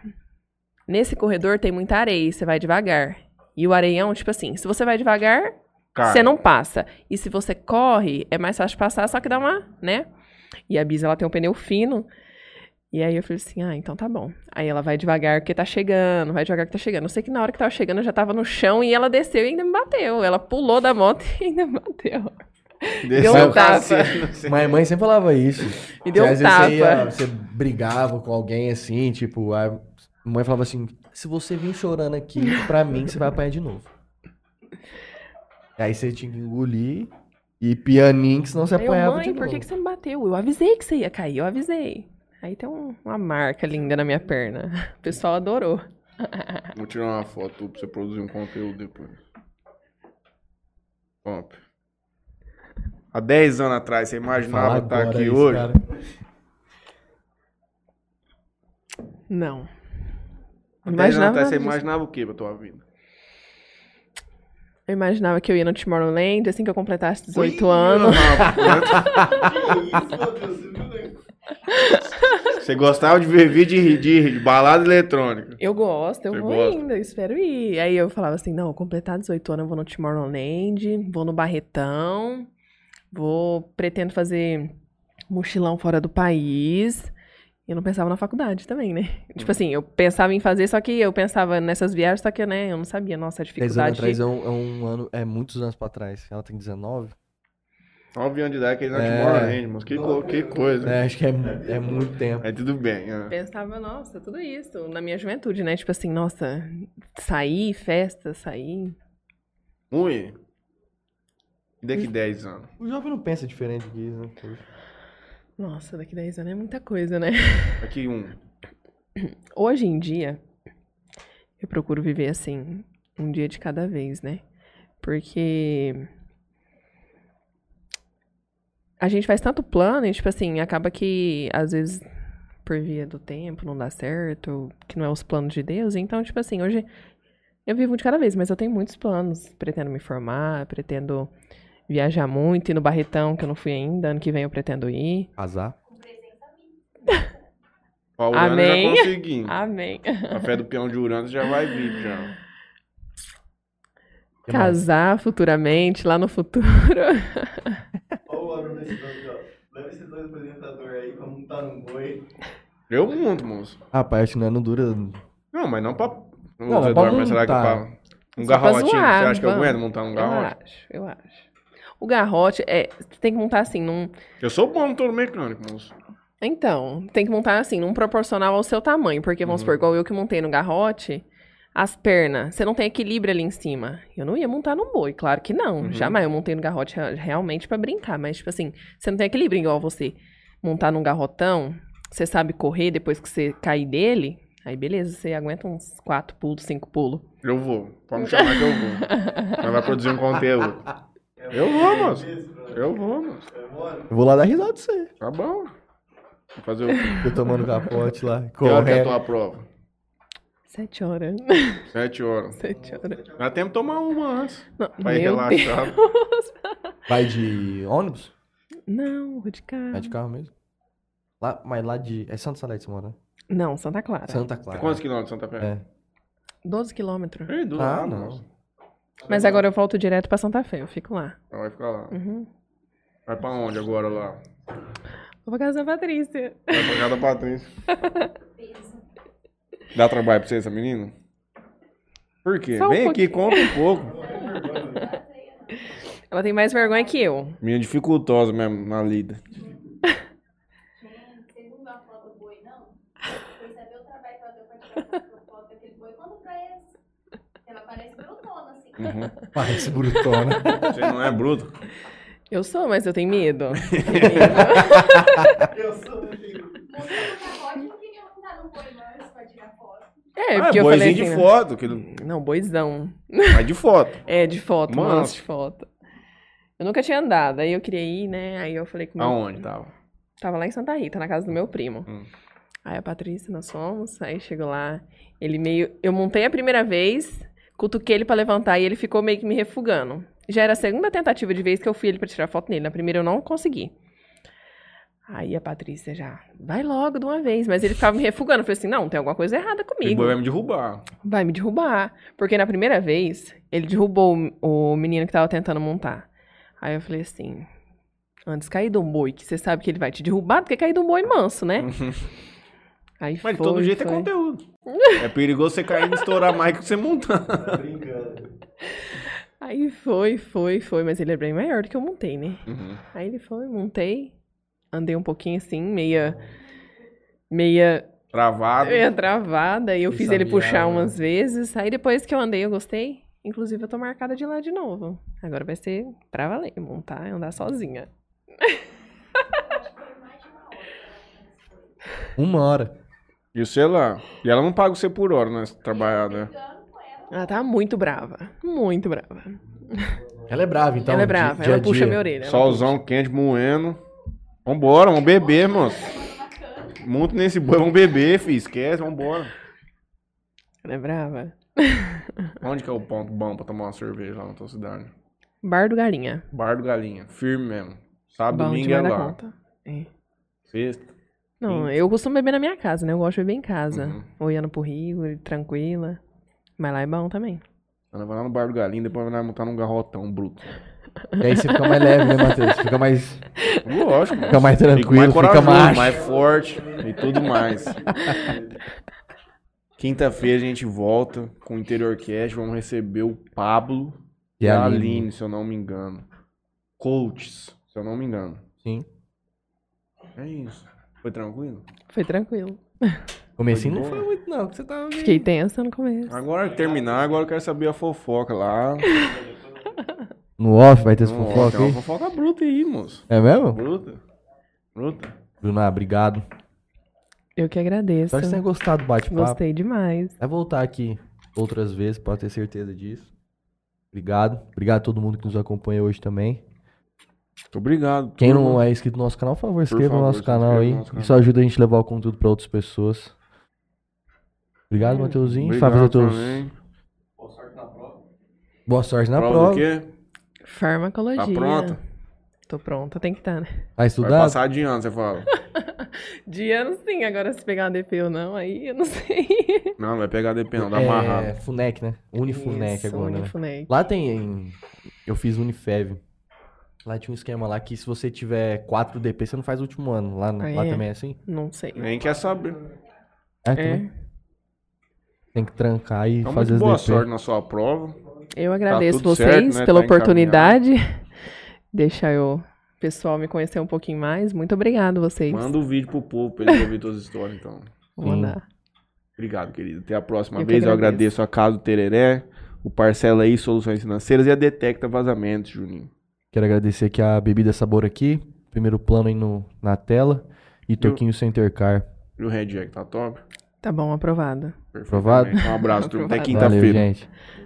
S3: Nesse corredor tem muita areia, e você vai devagar. E o areião, tipo assim, se você vai devagar,
S1: Cara,
S3: você não passa. E se você corre, é mais fácil passar, só que dá uma, né? E a Bisa, ela tem um pneu fino. E aí eu falei assim, ah, então tá bom. Aí ela vai devagar porque tá chegando, vai devagar que tá chegando. Eu sei que na hora que tava chegando, eu já tava no chão e ela desceu e ainda me bateu. Ela pulou da moto e ainda me bateu.
S1: desceu
S3: eu
S1: o
S3: tava.
S1: cacete, você-
S2: Minha mãe sempre falava isso.
S3: Me deu
S2: Que
S3: um
S2: às vezes
S3: tapa.
S2: Você, ia- você brigava com alguém assim, tipo, a mãe falava assim: se você vir chorando aqui, pra mim você vai apanhar de novo. Aí você tinha que engolir e pianinho, que senão você
S3: Aí eu,
S2: apanhava
S3: mãe,
S2: de
S3: por que,
S2: novo.
S3: que você me bateu? Eu avisei que você ia cair, eu avisei. Aí tem um- uma marca linda na minha perna. O pessoal adorou.
S1: Vou tirar uma foto pra você produzir um conteúdo depois. Top. Há 10 anos atrás, você imaginava
S2: Falar
S1: estar
S2: agora
S1: tá aqui
S2: isso,
S1: hoje?
S2: cara.
S3: Não.
S1: Há 10 anos
S3: Imaginava
S1: atrás, tá, você
S3: nada disso.
S1: imaginava o que pra tua vida?
S3: Eu imaginava que eu ia no Tomorrowland assim que eu completasse 18
S1: Ih,
S3: anos.
S1: rapaz. né? Você gostava de ver vídeo de, de balada eletrônica.
S3: Eu gosto, eu
S1: Você
S3: vou
S1: gosta?
S3: ainda, eu espero ir. Aí eu falava assim, não, completar 18 anos eu vou no Tomorrowland, vou no Barretão, vou, pretendo fazer mochilão fora do país. Eu não pensava na faculdade também, né? Tipo assim, eu pensava em fazer, só que eu pensava nessas viagens, só que, né, eu não sabia, nossa, a
S2: 10 anos
S3: dificuldade.
S2: atrás é um, é um ano, é muitos anos pra trás. Ela tem 19?
S1: 9 anos de idade que ele não te
S2: É.
S1: mora ainda, mas que, co- que coisa.
S2: É, acho que é, mu- é muito tempo.
S1: Mas tudo bem. é.
S3: Pensava, nossa, tudo isso, na minha juventude, né? Tipo assim, nossa, sair, festa, sair.
S1: Ui. E daqui
S3: Hum.
S1: 10 anos?
S2: O jovem não pensa diferente disso, né?
S3: Nossa, daqui 10 anos é muita coisa, né?
S1: Daqui um.
S3: hoje em dia, eu procuro viver assim, um dia de cada vez, né? Porque a gente faz tanto plano e, tipo assim, acaba que às vezes por via do tempo não dá certo, que não é os planos de Deus. Então, tipo assim, hoje eu vivo um de cada vez, mas eu tenho muitos planos. Pretendo me formar, pretendo viajar muito, ir no Barretão, que eu não fui ainda. Ano que vem eu pretendo ir.
S2: Casar.
S1: Ó, Urano
S3: Amém.
S1: já consegui.
S3: Amém.
S1: A fé do peão de Urano já vai vir, já.
S2: Que mais?
S3: Casar futuramente, lá no futuro.
S7: Olha o Arão nesse dois, ó. Leva esses dois apresentadores aí pra montar no boi.
S1: Eu monto, moço.
S2: Rapaz, acho que não é- não dura.
S1: Não, mas não pra. Não,
S2: mas pra
S1: mas será que
S2: montar.
S1: pra. Um
S3: Só pra
S1: garrotinho, você
S3: zoar,
S1: acha que eu
S3: vamos.
S1: aguento montar um
S3: Eu
S1: garrote?
S3: acho, eu acho. O garrote, é, tem que montar assim, num.
S1: Eu sou bom no touro mecânico, moço.
S3: Então, tem que montar assim, num proporcional ao seu tamanho. Porque, vamos
S1: Uhum.
S3: supor, igual eu que montei no garrote, as pernas, você não tem equilíbrio ali em cima. Eu não ia montar num boi, claro que não.
S1: Uhum.
S3: Jamais eu montei no garrote re- realmente pra brincar. Mas, tipo assim, você não tem equilíbrio igual você montar num garrotão, você sabe correr depois que você cair dele. Aí, beleza, você aguenta uns quatro pulos, cinco pulos.
S1: Eu vou. Pode me chamar que eu vou. Mas vai produzir um conteúdo. Eu vou, moço. Eu vou, moço.
S2: Eu vou lá dar risada de você.
S1: Tá bom. Vou fazer o quê?
S2: Eu tomando capote lá,
S1: Que hora que é a
S2: correndo.
S1: tua prova?
S3: Sete horas.
S1: Sete horas.
S3: Sete horas.
S1: Dá tempo de tomar uma antes.
S3: Não,
S1: Pra ir
S3: meu
S1: relaxar.
S3: Deus.
S2: Vai de ônibus?
S3: Não, vou de carro.
S2: Vai de carro mesmo? Lá, mas lá de. É Santa Salete, você mora, né?
S3: Não, Santa Clara.
S2: Santa Clara.
S1: Quantos quilômetros de Santa Fé?
S2: É.
S3: 12 quilômetros.
S1: Ei, do
S2: Ah,
S1: lado,
S2: não.
S1: moço.
S3: Mas agora eu volto direto pra Santa Fé, eu fico lá.
S1: Então Vai ficar lá.
S3: Uhum.
S1: Vai pra onde agora lá?
S3: Vou pra casa da Patrícia.
S1: Vai pra casa da Patrícia. Dá trabalho pra você essa menina? Por quê?
S3: Só um
S1: Vem aqui,
S3: pouquinho.
S1: conta um pouco.
S3: Ela tem mais vergonha que eu.
S1: Menina dificultosa mesmo na lida.
S3: Tipo,
S5: Gente, vocês não viram a foto do boi, não? Vocês sabem o trabalho que ela deu pra tirar essa foto daquele boi? Manda pra eles. Ela parece brutona, assim.
S1: Uhum.
S2: Parece brutona.
S1: Você não é bruto?
S3: Eu sou, mas eu tenho medo.
S7: Eu sou o filho.
S5: Montou no garrote, não queria montar no boi mais pra tirar foto.
S3: É,
S1: ah,
S3: porque eu falei
S1: boizinho
S3: assim.
S1: de
S3: né?
S1: foto. Aquele...
S3: Não, boizão.
S1: Mas de foto.
S3: É, de foto,
S1: Manso.
S3: manso de foto. Eu nunca tinha andado, aí eu queria ir, né? Aí eu falei com meu-
S1: Aonde tava?
S3: Tava lá em Santa Rita, na casa do meu primo.
S1: Hum.
S3: Aí a Patrícia, nós fomos, aí chegou lá, ele meio... Eu montei a primeira vez, cutuquei ele pra levantar e ele ficou meio que me refugando. Já era a segunda tentativa de vez que eu fui ele pra tirar foto nele, na primeira eu não consegui. Aí a Patrícia já, vai logo de uma vez. Mas ele ficava me refugando. Eu falei assim: não, tem alguma coisa errada
S1: Big
S3: comigo.
S1: Boy vai me derrubar.
S3: Vai me derrubar. Porque na primeira vez, ele derrubou o o menino que tava tentando montar. Aí eu falei assim: antes cair de um boi, que você sabe que ele vai te derrubar, do que cair de um boi manso, né?
S1: Mas
S3: Aí
S1: de
S3: foi,
S1: todo jeito é
S3: foi.
S1: conteúdo. É perigoso você cair e estourar mais que você montar.
S7: Tá brincando.
S3: Aí foi, foi, foi. Mas ele é bem maior do que eu montei, né?
S1: Uhum.
S3: Aí ele foi, montei. Andei um pouquinho assim, meia. Meia,
S1: Travado.
S3: meia travada. E eu fiz ele
S2: Ensabiada,
S3: puxar
S2: né?
S3: umas vezes. Aí depois que eu andei, eu gostei. Inclusive, eu tô marcada de ir lá de novo. Agora vai ser pra valer, montar e andar sozinha.
S5: tipo,
S2: Uma hora.
S1: E o celular. E ela não paga você por hora, né? essa Trabalhada.
S3: Ela tá muito brava. Muito brava.
S2: Ela é brava, então.
S3: ela é
S2: di-
S3: brava.
S2: dia a
S3: ela puxa
S2: dia.
S3: minha orelha. ela
S1: Solzão quente, moendo. Vambora, vamos beber, moço. Muito nesse boi, vamos beber, fi. Esquece, vambora.
S3: puxa. Ela é brava.
S1: Onde que é o ponto bom pra tomar uma cerveja lá na tua cidade?
S3: Bar do Galinha.
S1: Bar do Galinha, firme mesmo. Sábado,
S3: Bom
S1: domingo é
S3: demais da
S1: lá.
S3: conta. É.
S1: Sexta.
S3: Não, eu costumo beber na minha casa, né? Eu gosto de beber em casa.
S2: Uhum.
S3: Olhando pro Rio, tranquila. Mas lá é bom também.
S1: Ela vai lá no Bar do Galinha, depois vai lá montar num garrotão bruto.
S2: E aí você fica mais leve, né, Matheus? Fica mais.
S1: Lógico, mano.
S2: Fica mais tranquilo,
S1: mais
S2: fica macho.
S1: mais forte e tudo mais. Quinta-feira a gente volta com o Interior Cast. Vamos receber o Pablo
S2: E
S1: e
S2: a
S1: a
S2: Aline?
S1: É Aline, se eu não me engano. Coaches, se eu não me engano.
S2: Sim.
S1: É isso. Foi tranquilo?
S3: Foi tranquilo.
S2: Comecinho
S1: Foi
S2: não
S1: boa.
S2: foi muito, não. que Você tava. meio-
S3: Fiquei tensa no começo.
S1: Agora que terminar, agora eu quero saber a fofoca lá.
S2: No off vai ter essa
S1: Não,
S2: fofoca
S1: tem é uma
S2: aí?
S1: fofoca bruta aí, moço.
S2: É mesmo?
S1: Bruta. Bruta.
S2: Bruna, obrigado.
S3: Eu que agradeço.
S2: Espero que você tenha gostado do bate-papo.
S3: Gostei demais.
S2: Vai voltar aqui outras vezes, pode ter certeza disso. Obrigado. Obrigado a todo mundo que nos acompanha hoje também.
S1: Muito obrigado.
S2: Quem
S1: turma.
S2: não é inscrito no nosso canal, por favor, se inscreva no
S1: Uhum. favor,
S2: nosso
S1: se
S2: canal
S1: inscreva
S2: aí.
S1: no nosso
S2: Isso ajuda a gente a levar o conteúdo para outras pessoas. Obrigado, Matheusinho.
S1: Uhum. Obrigado
S2: Fábio, teus...
S1: também.
S7: Boa sorte na prova.
S2: Boa sorte na
S1: Prova
S2: prova.
S1: do quê?
S3: Farmacologia.
S1: Tá pronta?
S3: Tô pronta, tem que estar, né?
S2: Vai
S1: Vai
S2: estudar?
S1: passar de ano, você fala.
S3: De ano sim, agora se pegar uma DP ou não, aí eu não sei.
S1: Não, vai pegar DP não, dá
S2: É,
S1: amarrado.
S2: Funec, né? Unifunec
S3: Isso,
S2: agora, né?
S3: Unifunec.
S2: Lá tem. em- Eu fiz Unifev. Lá tinha um esquema lá que se você tiver 4 DP, você não faz o último ano. Lá,
S3: Ah,
S2: lá
S3: é?
S2: também é assim?
S3: Não sei.
S1: Nem quer saber.
S2: É,
S3: É,
S2: também? Tem que trancar e
S1: Então,
S2: fazer
S1: muito
S2: as
S1: boa
S2: DP.
S1: sorte na sua prova.
S3: eu agradeço
S1: tudo
S3: vocês
S1: certo, né?
S3: pela
S1: Tá
S3: oportunidade. Deixar eu, o pessoal me conhecer um pouquinho mais. Muito obrigado vocês.
S1: Manda o vídeo pro povo pra ele ouvir todas as histórias, então.
S3: Vou mandar.
S1: Obrigado, querido. Até a próxima
S3: Eu que
S1: vez. Eu
S3: agradeço.
S1: agradeço a Casa do Tereré, o Parcela aí, Soluções Financeiras e a Detecta Vazamentos, Juninho.
S2: Quero agradecer aqui a Bebida Sabor aqui. Primeiro plano aí no, na tela. E Toquinho Center Car.
S1: E o Red Jack, tá top?
S3: Tá bom, aprovado.
S1: Perfeitamente.
S2: Aprovado?
S1: Um abraço, turma. Até
S3: Aprovado.
S2: Valeu,
S1: quinta-feira.
S2: gente.